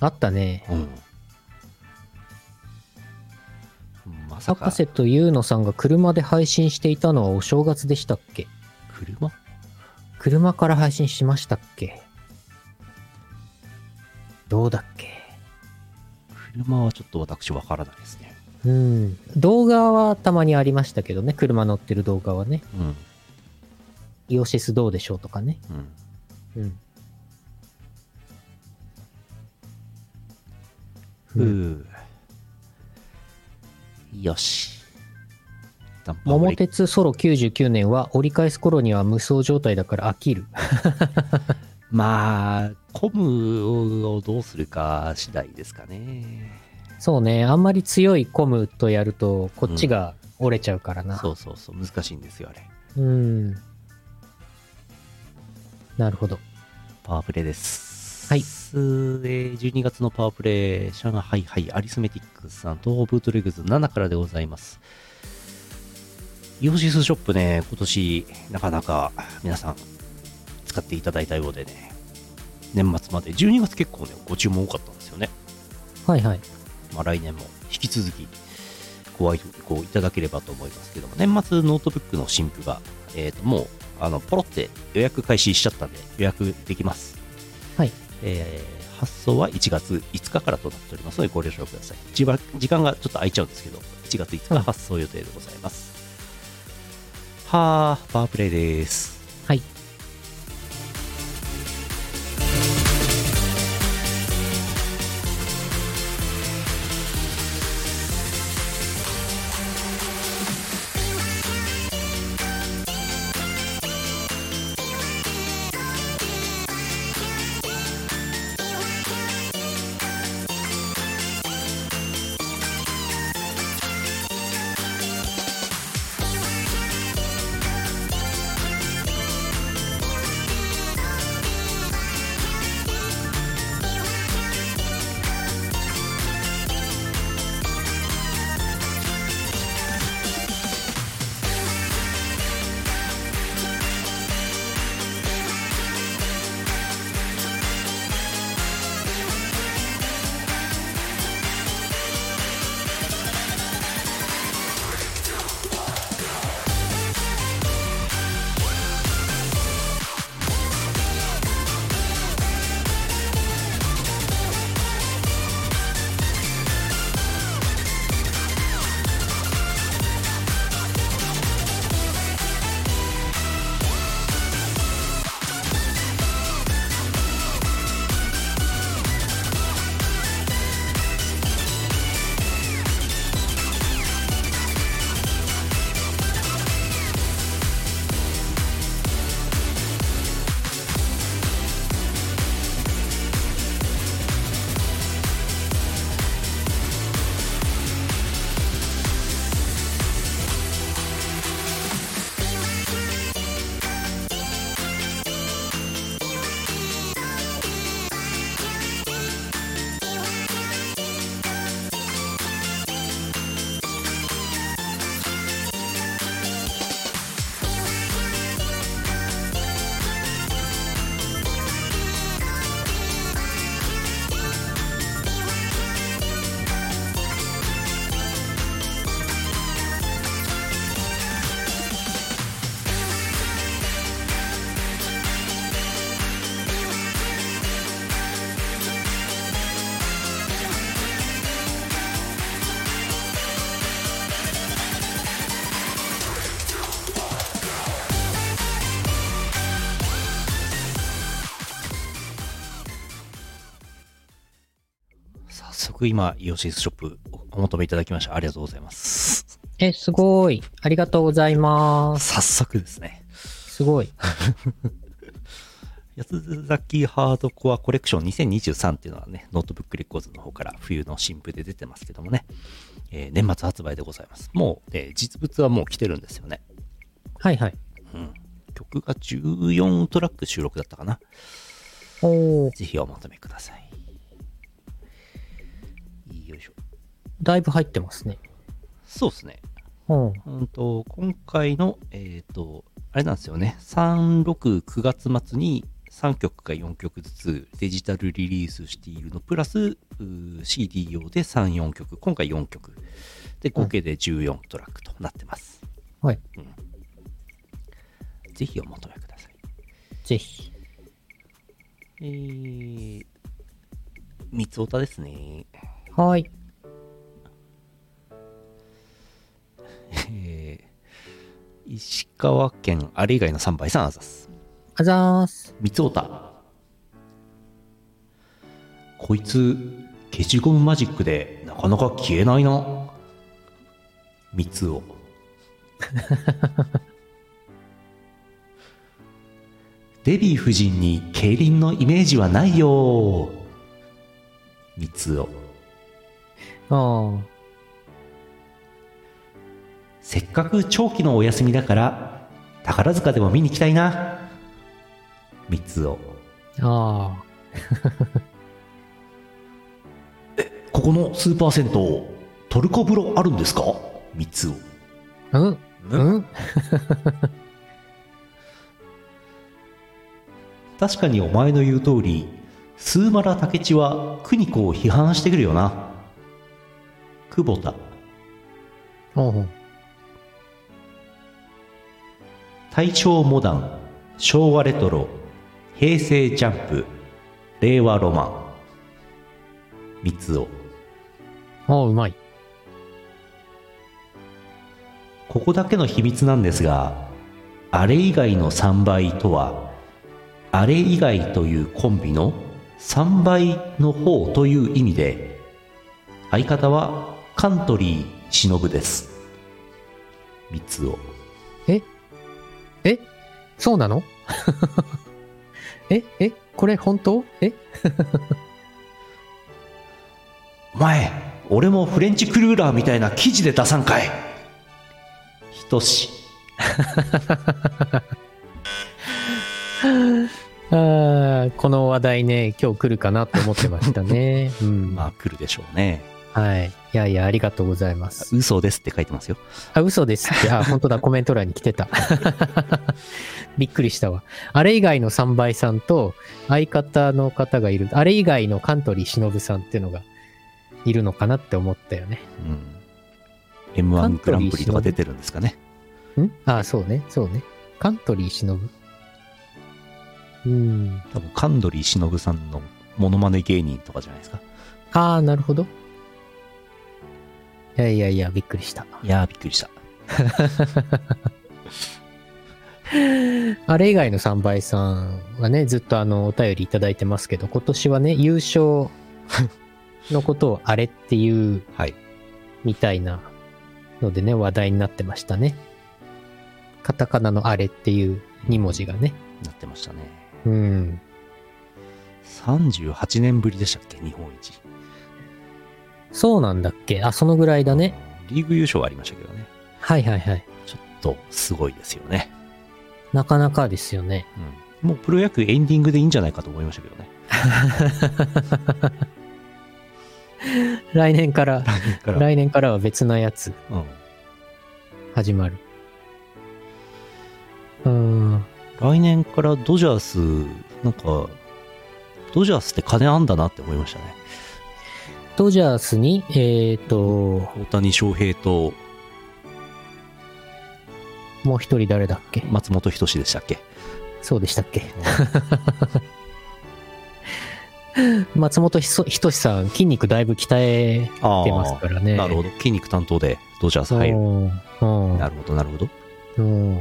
B: あったね。
A: うん。まさ
B: 博
A: か
B: 士とユーノさんが車で配信していたのはお正月でしたっけ
A: 車
B: 車から配信しましたっけどうだっけ
A: 車はちょっと私わからないですね。
B: うん。動画はたまにありましたけどね。車乗ってる動画はね。
A: うん。
B: イオシスどうでしょうとかね。
A: うん。
B: うん。
A: ふうよし。ダンパーブレ
B: 桃
A: ーキ
B: 鉄ソロ99年は折り返す頃には無双状態だから飽きる。
A: まあ、コムをどうするか次第ですかね。
B: そうね。あんまり強いコムとやると、こっちが折れちゃうからな。
A: そうそうそう、難しいんですよ、あれ。
B: うん。なるほど。
A: パワープレイです。
B: はい
A: えー12月のパワープレイ、上海杯アリスメティックさん、東方ブートレグズ7からでございます。イオシスショップね、今年、なかなか皆さん、使っていただいたようでね、年末まで、12月結構ね、ご注文多かったんですよね。
B: はいはい。
A: まあ、来年も引き続きご愛顧いただければと思いますけども、年末ノートブックの新譜が、えー、ともうあのポロって予約開始しちゃったんで予約できます。
B: はい
A: えー発送は1月5日からとなっておりますのでご了承ください。時間時間がちょっと空いちゃうんですけど、1月5日発送予定でございます。はあ、パワープレイです。
B: はい。
A: 早速今、イオシスショップお求めいただきました。ありがとうございます。
B: え、すごい。ありがとうございます。
A: 早速ですね。
B: すごい。
A: 安崎ハードコアコレクション2023っていうのはね、ノートブックレコーズの方から冬の新譜で出てますけどもね、えー年末発売でございます。もう、えー実物はもう来てるんですよね。
B: はいはい。
A: うん。曲が14トラック収録だったかな。
B: おー
A: ぜひお求めください。よいしょ。
B: だいぶ入ってますね。
A: そうですね。
B: うん。
A: うんと、今回の、えっ、と、あれなんですよね。3、6、9月末に3曲か4曲ずつデジタルリリースしているの、プラスうー CD 用で3、4曲、今回4曲。で、合計で14トラックとなってます。
B: はい。
A: ぜひお求めください。
B: ぜひ。
A: えー、三つおたですね。
B: はい。
A: えー石川県あれ以外の3倍さんあざす
B: あざーす。
A: 三つおたこいつ消しゴムマジックでなかなか消えないな三つお (laughs) デヴィ夫人に競輪のイメージはないよ三つお
B: あー。
A: せっかく長期のお休みだから宝塚でも見に行きたいな三つお
B: あ
A: ここのスーパー銭湯トルコ風呂あるんですか三つお
B: ー。うんうん
A: 確かにお前の言う通りスーマラ竹地は邦子を批判してくるよな久保田
B: おう
A: 大正モダン昭和レトロ平成ジャンプ令和ロマン三つお
B: おううまい。
A: ここだけの秘密なんですがあれ以外の3倍とはあれ以外というコンビの3倍の方という意味で相方はカントリー忍です三つお
B: ええそうなの (laughs) ええこれ本当え
A: お前俺もフレンチクルーラーみたいな記事で出さんかいひとし
B: あーこの話題ね、今日来るかなと思ってましたね。うん。
A: まあ来るでしょうね
B: はい。いやいや、ありがとうございます。
A: 嘘ですって書いてますよ
B: あ、嘘ですって。あ、本当だ、コメント欄に来てた。 (laughs) びっくりしたわ。あれ以外の3倍さんと、相方の方がいる、あれ以外のカントリー忍さんっていうのが、いるのかなって思ったよね。
A: うん、m 1グランプリとか出てるんですかね
B: んあ、そうね、そうね。カントリー忍うん。
A: 多分カンドリー忍さんのモノマネ芸人とかじゃないですか
B: ああ、なるほど。いやいやいや、びっくりした。
A: いやーびっくりした
B: あれ以外の3倍さんはね、ずっとあの、お便りいただいてますけど、今年はね、優勝 (laughs) のことをあれっていう
A: はい
B: みたいなのでね、話題になってましたね。カタカナのあれっていう2文字がね。
A: なってましたね
B: うん。
A: 38年ぶりでしたっけ日本一
B: そうなんだっけあ、そのぐらいだね。
A: リーグ優勝はありましたけどね
B: はいはいはい。
A: ちょっとすごいですよね、
B: なかなかですよね。
A: うん、もうプロ野球エンディングでいいんじゃないかと思いましたけ (laughs) どね
B: 来年から、
A: だから、
B: 来年からは別なやつ
A: うん、
B: 始まる。うーん。
A: 来年からドジャースなんかドジャースって金あんだなって思いましたね
B: ドジャースに、えっ、と、
A: 大谷翔平と
B: もう一人誰だっけ
A: 松本人志でしたっけ
B: そうでしたっけ松本ひそひとしさん、筋肉だいぶ鍛え
A: あ
B: てますからね。
A: なるほ
B: ど。
A: ど筋肉担当でドジャース入る
B: うん。
A: なるほどなるほど
B: うん。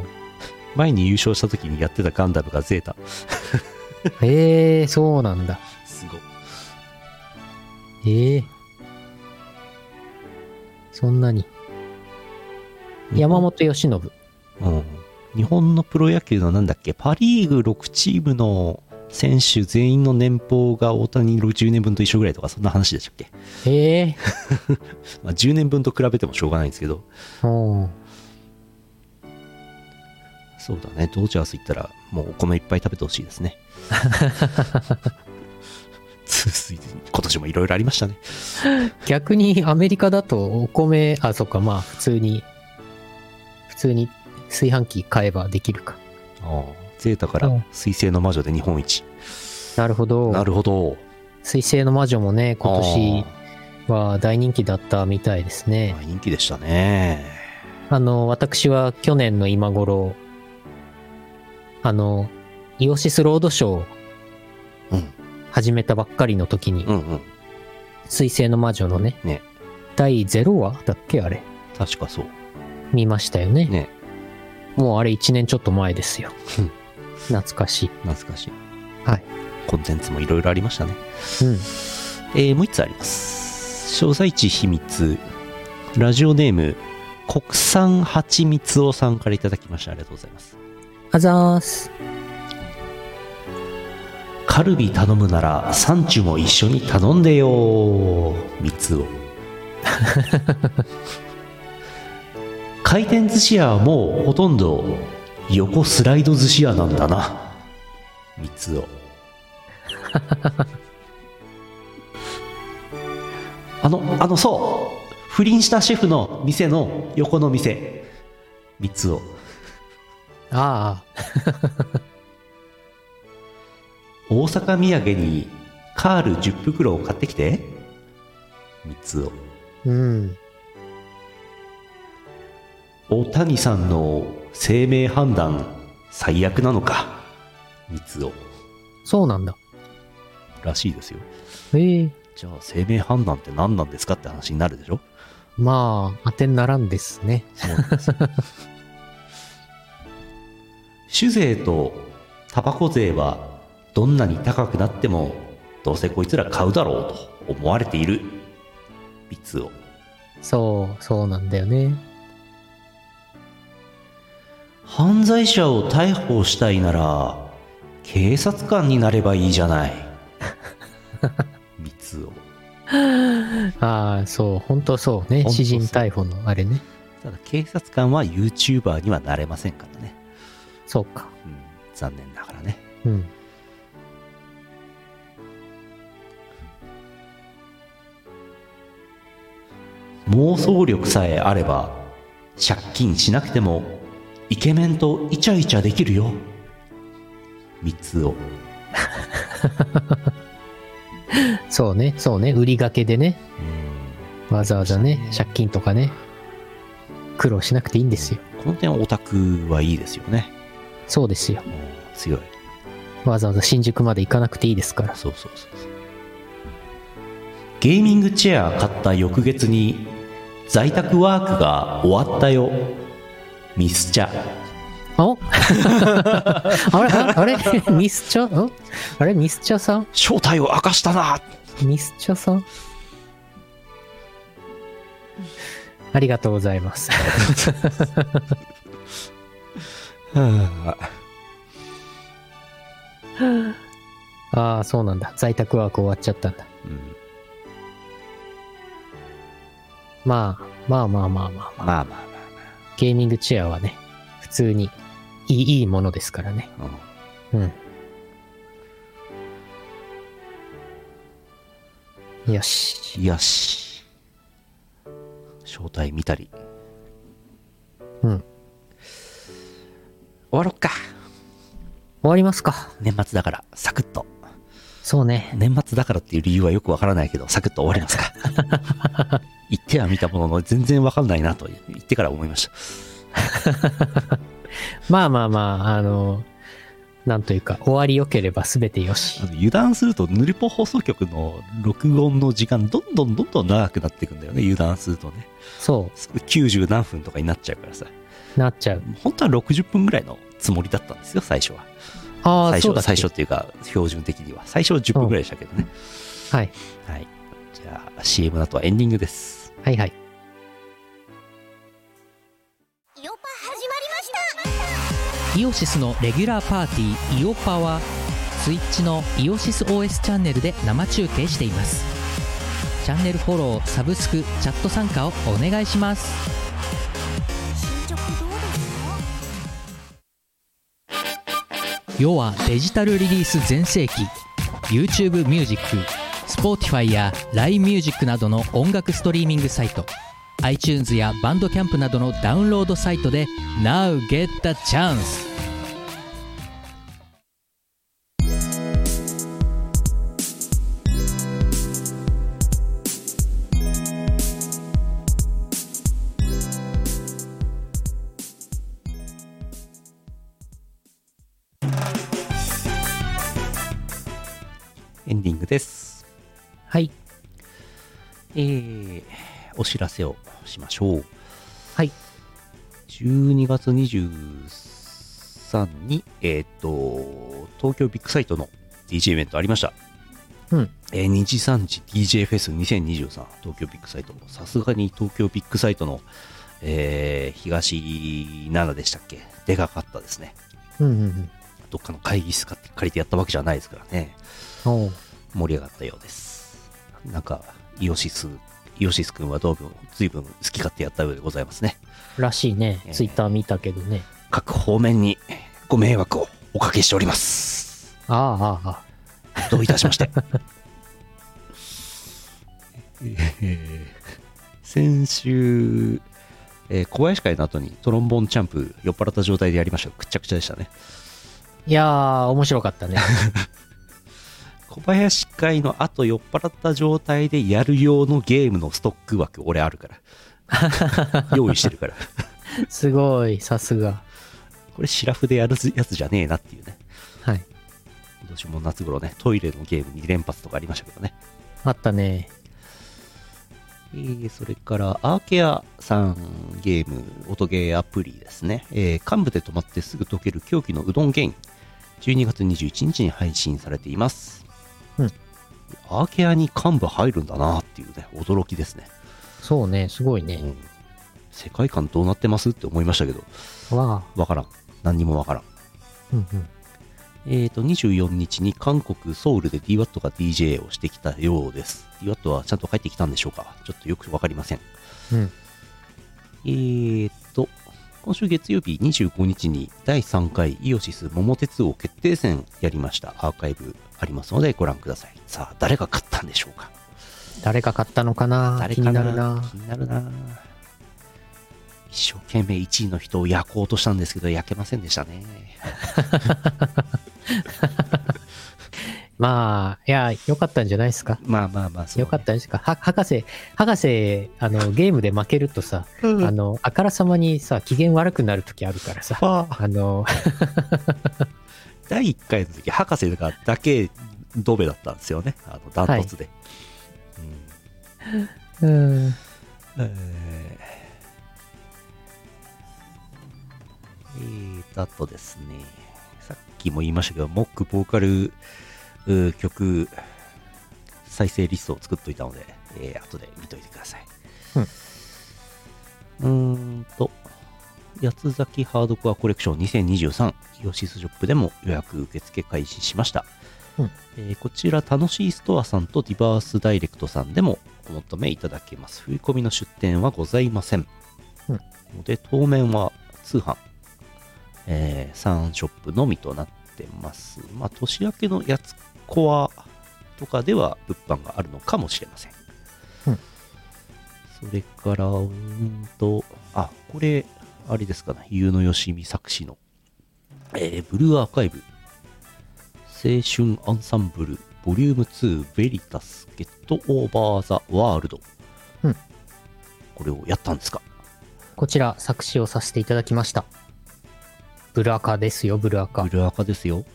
A: 前に優勝した時にやってたガンダムがゼータ
B: ええそうなんだ。
A: すごい
B: ええそんなに。山本由伸。
A: うん、日本のプロ野球のなんだっけパ・リーグ6チームの選手全員の年俸が大谷60年分と一緒ぐらいとかそんな話でしたっけ、
B: へえ。
A: まあ、10年分と比べてもしょうがないんですけど
B: おー
A: そうだねドジャース行ったらもうお米いっぱい食べてほしいですね続いて今年もいろいろありましたね
B: 逆にアメリカだとお米、あ、そっか、まあ普通に、普通に炊飯器買えばできるか。
A: ああゼータから
B: うん
A: 彗星の魔女で日本一
B: なるほど。
A: なるほど
B: 水星の魔女もね、今年
A: あ
B: は大人気だったみたいです
A: あ
B: ね。
A: まあ人気でしたね
B: あの、私は去年の今頃、あの、イオシスロードショーを
A: うん
B: 始めたばっかりの時に、
A: うんうん
B: 水星の魔女のね、
A: ね
B: 第0話だっけあれ。
A: 確かそう
B: 見ましたよね。
A: ね
B: もうあれ1年ちょっと前ですよ
A: うん。
B: 懐かしい。
A: 懐かしい
B: はい。
A: コンテンツもいろいろありましたね
B: うん。
A: えーもう一つあります。詳細地秘密。ラジオネーム、国産蜂蜜をさんからいただきました。ありがとうございます。
B: あざーす。
A: カルビ頼むなら、サンチュも一緒に頼んでよ。蜜を。 (laughs) 回転寿司屋はもうほとんど横スライド寿司屋なんだな。蜜を。 (laughs) あの、あの、そう不倫したシェフの店の横の店。蜜を。
B: あ
A: 大阪土産にカール10袋を買ってきて三つを
B: あ。うん。
A: 大谷さんの生命判断最悪なのか三つを
B: そうなんだ。
A: らしいですよ
B: ええ。
A: じゃあ生命判断って何なんですかって話になるでしょ
B: まあ、当てにならんですね。
A: そうなんですよ酒税とタバコ税はどんなに高くなってもどうせこいつら買うだろうと思われている三つを
B: そう、そうなんだよね。
A: 犯罪者を逮捕したいなら警察官になればいいじゃない (laughs) 三つを
B: ああ、そう、本当そうね
A: ほん。とそう
B: 詩人逮捕のあれね。
A: ただ警察官は YouTuber にはなれませんからね、
B: そうか。
A: うん、残念ながらね
B: うん。
A: 妄想力さえあれば借金しなくてもイケメンとイチャイチャできるよ三つを
B: そうね、そうね。売りがけでね。わざわざね、借金とかね。苦労しなくていいんですよ。
A: この点オタクはいいですよね、
B: そうですよ
A: う。ん強い
B: わざわざ新宿まで行かなくていいですから。
A: そうそうそうそうゲーミングチェア買った翌月に在宅ワークが終わったよミスチャ
B: おあれあれミスチャんあれミスチャさん
A: 正体を明かしたな
B: ミスチャさんありがとうございます。ああ、そうなんだ。在宅ワーク終わっちゃったんだ。
A: うん
B: まあ、まあまあまあまあまあ。
A: まあまあま
B: ゲーミングチェアはね、普通にいいいいものですからね。
A: あ、うん
B: うん。よし。
A: よし正体見たり
B: うん。終
A: 終わろっか
B: わりますか。
A: 年末だからサクッと
B: そうね。
A: 年末だからっていう理由はよくわからないけどサクッと終わりますか (laughs) 言っては見たものの全然わかんないなと言ってから思いました
B: まあまあまあ、あの、なんというか、終わり良ければ全てよし
A: あ。の油断するとヌルポ放送局の録音の時間どんどんどんどん長くなっていくんだよね油断するとね
B: そ
A: 90何分とかになっちゃうからさ
B: う、なっちゃう。
A: 本当は60分ぐらいのつもりだったんですよ最初は
B: ああ、
A: 最
B: そう
A: 初は
B: だっけ
A: 最初っていうか標準的には最初は10分ぐらいでしたけどね、
B: はい。
A: はいじゃあ CM の後はエンディングです
B: はいはい。
D: イオパ始まりました
C: イオシスのレギュラーパーティーイオパはスイッチのイオシス OS チャンネルで生中継していますチャンネルフォローサブスクチャット参加をお願いします
D: 進捗どうですか
C: 世はデジタルリリース全盛期 YouTube ミュージック Spotify や LINE ミュージックなどの音楽ストリーミングサイト iTunes やバンドキャンプなどのダウンロードサイトで Now get the chance!
A: エンディングです。
B: はい。
A: えー、お知らせをしましょう。
B: はい。
A: 12月23に、えっ、と、東京ビッグサイトの DJ イベントありました。
B: うん。
A: えー、2時3時 DJ フェス2023東京ビッグサイト。さすがに東京ビッグサイトの、えー、東7でしたっけでかかったですね。
B: うんうんうん。
A: どっかの会議室借りてやったわけじゃないですからね。
B: おう
A: 盛り上がったようです。なんか、イオシス、イオシス君はどうも随分好き勝手やったようでございますね。
B: らしいね
A: え。ー
B: ツイッター見たけどね。
A: 各方面にご迷惑をおかけしております。
B: ああ、ああ、あ
A: どういたしまして。 (laughs) 先週、えー小林会の後にトロンボーンチャンプ酔っ払った状態でやりましたがくっちゃくちゃでしたね。
B: あ。いやー、面白かった (laughs) ね。
A: 小林会の後酔っ払った状態でやる用のゲームのストック枠俺ある (laughs) から。用意してるから。
B: すごい、さすが。
A: これシラフでやるやつじゃねえなっていうね。
B: はい。
A: 今年も夏頃ね、トイレのゲーム2連発とかありましたけどね。
B: あったね。
A: えーそれから、アーケアさんゲーム、音ゲーアプリですね。えー幹部で止まってすぐ溶ける狂気のうどんゲイン。12月21日に配信されています。
B: うん。
A: アーケアに幹部入るんだなっていうね、驚きですね。
B: そうね、すごいうね。
A: ん。世界観どうなってますって思いましたけど、
B: わ
A: わからん。何にもわからん。
B: あ。うんうん。
A: えー、と24日に韓国ソウルで DWAT が DJ をしてきたようです。DWAT はちゃんと帰ってきたんでしょうかちょっとよくわかりません。
B: うん。
A: えー、と、今週月曜日25日に第3回イオシス桃鉄王決定戦やりました。アーカイブありますのでご覧ください。さあ、誰が勝ったんでしょうか
B: 誰か買ったのかな
A: 誰
B: 気
A: か
B: になるな
A: 気。になるな一生懸命1位の人を焼こうとしたんですけど、焼けませんでしたね。
B: まあ、いや、よかったんじゃないですか。
A: まあまあまあ、そうね
B: よかったんですか。は博士、博士、あの、ゲームで負けるとさ、
A: うん
B: あの、あからさまにさ、機嫌悪くなるときあるからさ、
A: わあ (laughs)
B: あの、
A: 第1回の時博士がだけドベだったんですよねあのダントツで、
B: うん、
A: うんえー、えーとあとですねさっきも言いましたけどモックボーカルうー曲再生リストを作っといたので、えー後で見といてください、うん、んと八つ崎ハードコアコレクション2023イオシスショップでも予約受付開始しましたえーこちら、楽しいストアさんとディバースダイレクトさんでもお求めいただけます。振り込みの出店はございません。
B: うん
A: ので、当面は通販、え3ショップのみとなってます。まあ、年明けのやつコアとかでは物販があるのかもしれません。
B: うん
A: それから、うーんと、あ、これ、あれですかね、ゆうのよしみ作詞の、えーブルーアーカイブ青春アンサンブルボリューム2ベリタスゲットオーバーザワールド、
B: うん
A: これをやったんですか
B: こちら作詞をさせていただきました。ブルアカですよ、ブルアカ
A: ブ。ルアカですよ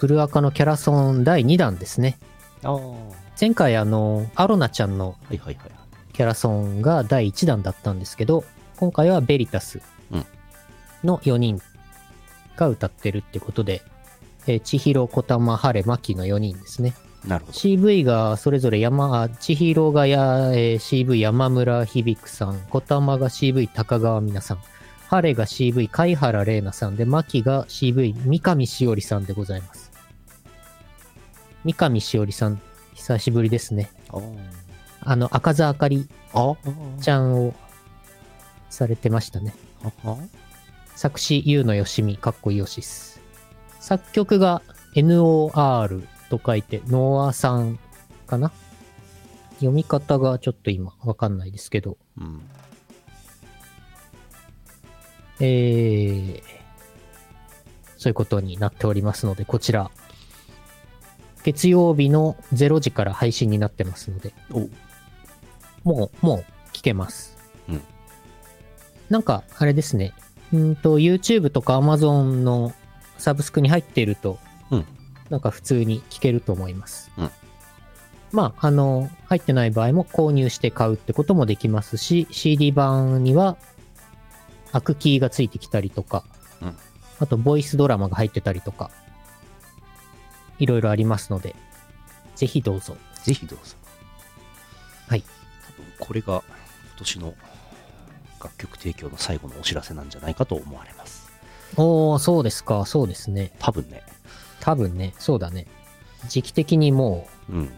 B: ブルアカのキャラソン第2弾ですね。
A: ああは
B: 前回あの、アロナちゃんの
A: いはいはい
B: キャラソンが第1弾だったんですけど、今回はベリタス
A: うん
B: の4人が歌ってるってことで、えー、千尋、小玉、晴れ、牧の4人ですね。
A: なるほど
B: CV がそれぞれ山、あ千尋がや、えー CV 山村響さん、小玉が CV 高川美奈さん、晴れが CV 貝原玲奈さんで、牧が CV 三上しおりさんでございます。三上しおりさん、久しぶりですね。
A: あ
B: あの、赤座あかり
A: あ
B: ちゃんをされてましたね。
A: あ
B: 作詞、ゆうのよしみ、かっこいいよしっす。作曲が NOR と書いて、ノアさんかな読み方がちょっと今わかんないですけど、
A: うん
B: えー、そういうことになっておりますので、こちら、月曜日の0時から配信になってますので、
A: お
B: もう、もう聞けます。
A: うん
B: なんか、あれですね。うんと、YouTube とか Amazon のサブスクに入っていると、
A: うん
B: なんか普通に聞けると思います。
A: うん
B: まあ、あの、入ってない場合も購入して買うってこともできますし、CD 版には、アクキーがついてきたりとか、
A: うん
B: あと、ボイスドラマが入ってたりとか、いろいろありますので、ぜひどうぞ。
A: ぜひどうぞ
B: はい
A: 多分これが今年の楽曲提供の最後のお知らせなんじゃないかと思われます
B: おー、そうですか、そうですね。
A: 多分ね
B: 多分ね、そうだね。時期的にも
A: うん
B: う、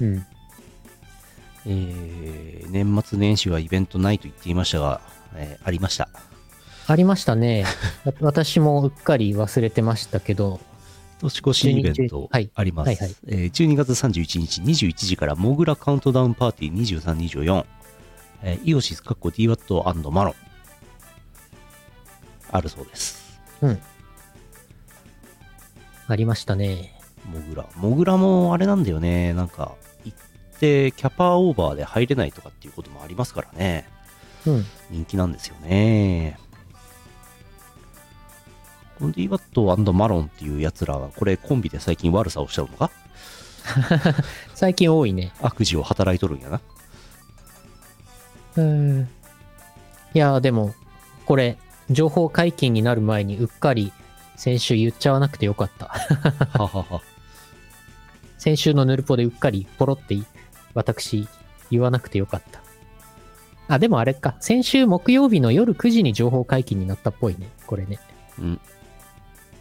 B: うん。
A: えー年末年始はイベントないと言っていましたが、えーありました
B: ありました (laughs) ね。わ私もうっかり忘れてましたけど、
A: 年越しイベン
B: 12
A: ト
B: はい
A: あります、
B: はいはい
A: えー12月31日21時からモグラカウントダウンパーティー2324、えーイオシス DWAT& マロンあるそうです
B: ありましたね。
A: モグラモグラもあれなんだよねなんか行ってキャパオーバーで入れないとかっていうこともありますからね
B: うん。
A: 人気なんですよね。この DWAT& マロンっていうやつらは、これコンビで最近悪さをしちゃうのか
B: 最近多いね。
A: 悪事を働いとるんやな。
B: うん。いやーでも、これ、情報解禁になる前にうっかり先週言っちゃわなくてよかった。
A: ははは。
B: 先週のヌルポでうっかりポロって私言わなくてよかった。あ、でもあれか。先週木曜日の夜9時に情報解禁になったっぽいね。これね。
A: うん。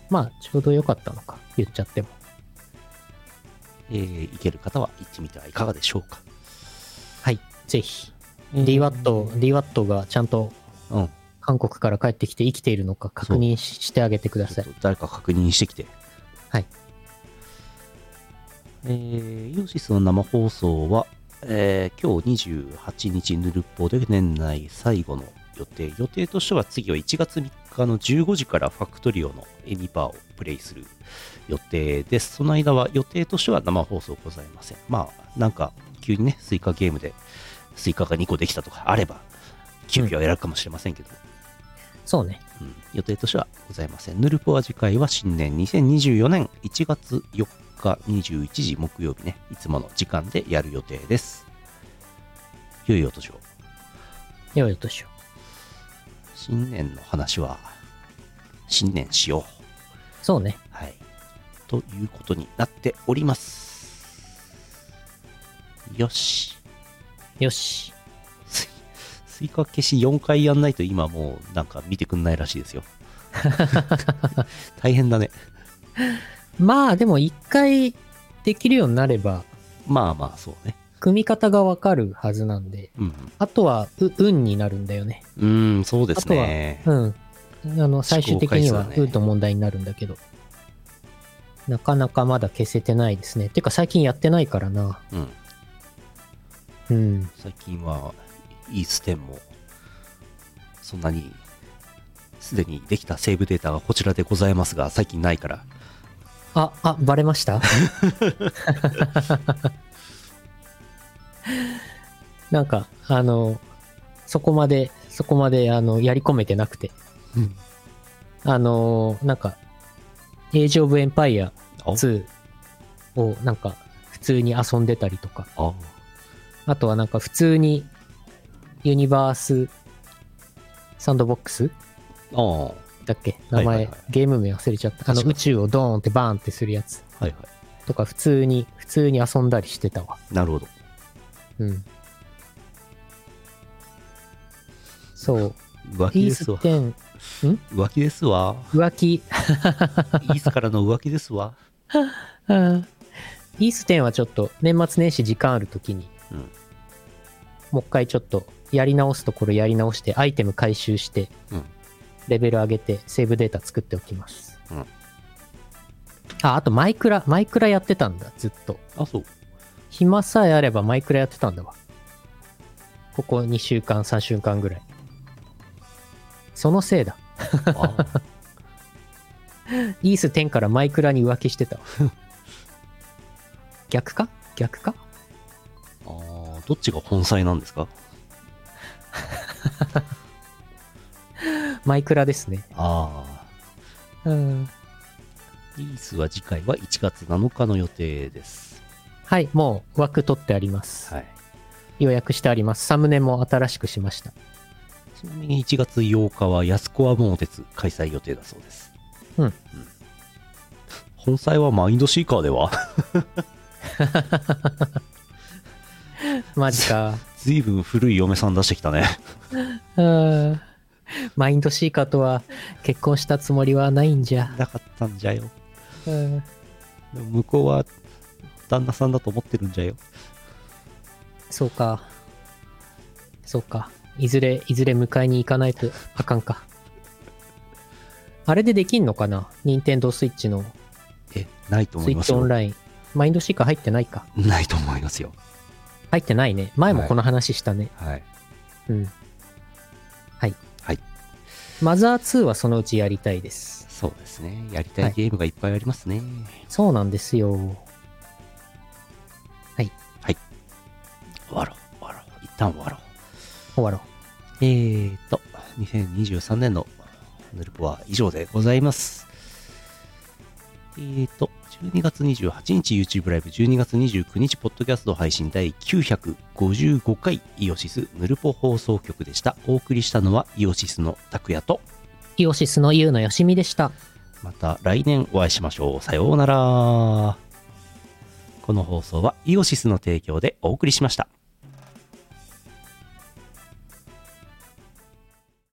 B: まあ、ちょうど良かったのか。言っちゃっても。
A: えー、行ける方は行ってみてはいかがでしょうか。
B: はい。ぜひ。
A: ん
B: DWAT、DWAT がちゃんと
A: うん。ち
B: 韓国から帰ってきて生きているのか確認ししてあげてくだ
A: ょ
B: さ
A: っ
B: い
A: と。誰か確認してきて。
B: はい。
A: えー、イオシスの生放送は、えー、今日28日ヌルポで年内最後の予定。予定としては次は1月3日の15時からファクトリオのエニパーをプレイする予定です。その間は予定としては生放送ございません。まあ、なんか急にね、スイカゲームでスイカが2個できたとかあれば、急遽やるかもしれませんけど、
B: そうね。
A: うん予定としてはございません。ヌルポは次回は新年2024年1月4日21時木曜日ね、いつもの時間でやる予定です。良いお年を。
B: よいお年を。
A: 新年の話は、新年しよう。
B: そうね。
A: はい。ということになっております。よし。
B: よし。
A: スイスイカ消し4回やんないと今もうなんか見てくんないらしいですよ。 (laughs) 大変だね。
B: まあ、でも一回できるようになれば、
A: まあまあ、そうね。
B: 組み方がわかるはずなんで、
A: うんうん。
B: あとは、う、運になるんだよね。
A: うーん、そうですね。
B: うん。あの、最終的には、
A: 試行回数だね
B: 運と問題になるんだけど。なかなかまだ消せてないですね。てか最近やってないからな。
A: うん、
B: うん。
A: 最近は、いいステンも、そんなに、すでにできたセーブデータがこちらでございますが、最近ないから、
B: あ、あ、バレました
A: (laughs)
B: なんか、あの、そこまで、そこまで、あの、やり込めてなくて。あの、なんか、エイジ・オブ・エンパイア
A: あ
B: 2を、なんか、普通に遊んでたりとか、
A: あ、
B: あとはなんか、普通に、ユニバース、サンドボックス
A: ああ、は
B: だっけ
A: は
B: 名
A: い
B: 前、
A: はいはい
B: ゲーム名忘れちゃった。あの、
A: 確か
B: 宇宙をドーンってバーンってするやつ。
A: いはい。
B: とか普通に、普通に遊んだりしてたわ。
A: なるほど。
B: うん。そう。
A: 浮気
B: イ
A: で
B: ー
A: す
B: ス
A: わ。
B: 10、
A: 浮気ですわ。
B: 浮気。
A: イースからの浮気ですわ。
B: あーイース10はちょっと年末年始時間あるときに、
A: うん
B: もう一回ちょっとやり直すところやり直してアイテム回収して、
A: うん
B: レベル上げてセーブデータ作っておきます、
A: うん
B: ああとマイクラマイクラやってたんだずっと
A: (laughs) あ、そう。
B: 暇さえあればマイクラやってたんだわここ2週間3週間ぐらいそのせいだ
A: あ
B: イース10からマイクラに浮気してた
A: (laughs)
B: わ逆か逆か
A: あー、どっちが本妻なんですか
B: マイクラですね
A: あ
B: うん
A: ー、リースは次回は1月7日の予定です。
B: はいもう枠取ってあります、
A: はい。
B: 予約してありますサムネも新しくしました
A: ちなみに1月8日は安子は桃鉄開催予定だそうです。
B: うん
A: 本妻はマインドシーカーでは (laughs)
B: マジか
A: 随分古い嫁さん出してきたね。
B: (laughs) うんマインドシーカーとは結婚したつもりはないんじゃ
A: なかったんじゃよ。
B: うん
A: でも向こうは旦那さんだと思ってるんじゃよ。
B: そうかそうかいずれいずれ迎えに行かないとあかんかあれでできんのかな任天堂スイッチの
A: え、ないと思
B: スイ
A: い
B: ッ
A: ます
B: チオン
A: よ。
B: ラインマインドシーカー入ってないか
A: ないと思いますよ。
B: 入ってないね前もこの話したね、
A: はい。
B: うんはい
A: はい
B: マザー2はそのうちやりたいです
A: そうですね。やりた
B: はい
A: いゲームがいっぱいありますね。
B: そうなんですよ
A: 終わろう、終わろう。一旦終わろう。
B: 終わろう
A: えーと、2023年のヌルポは以上でございます。えーと、12月28日 YouTube ライブ、12月29日ポッドキャスト配信第955回イオシスヌルポ放送局でした。お送りしたのはイオシスの拓也と、
B: イオシスのユウのよしみでした
A: また来年お会いしましょう。さようなら。この放送はイオシスの提供でお送りしました。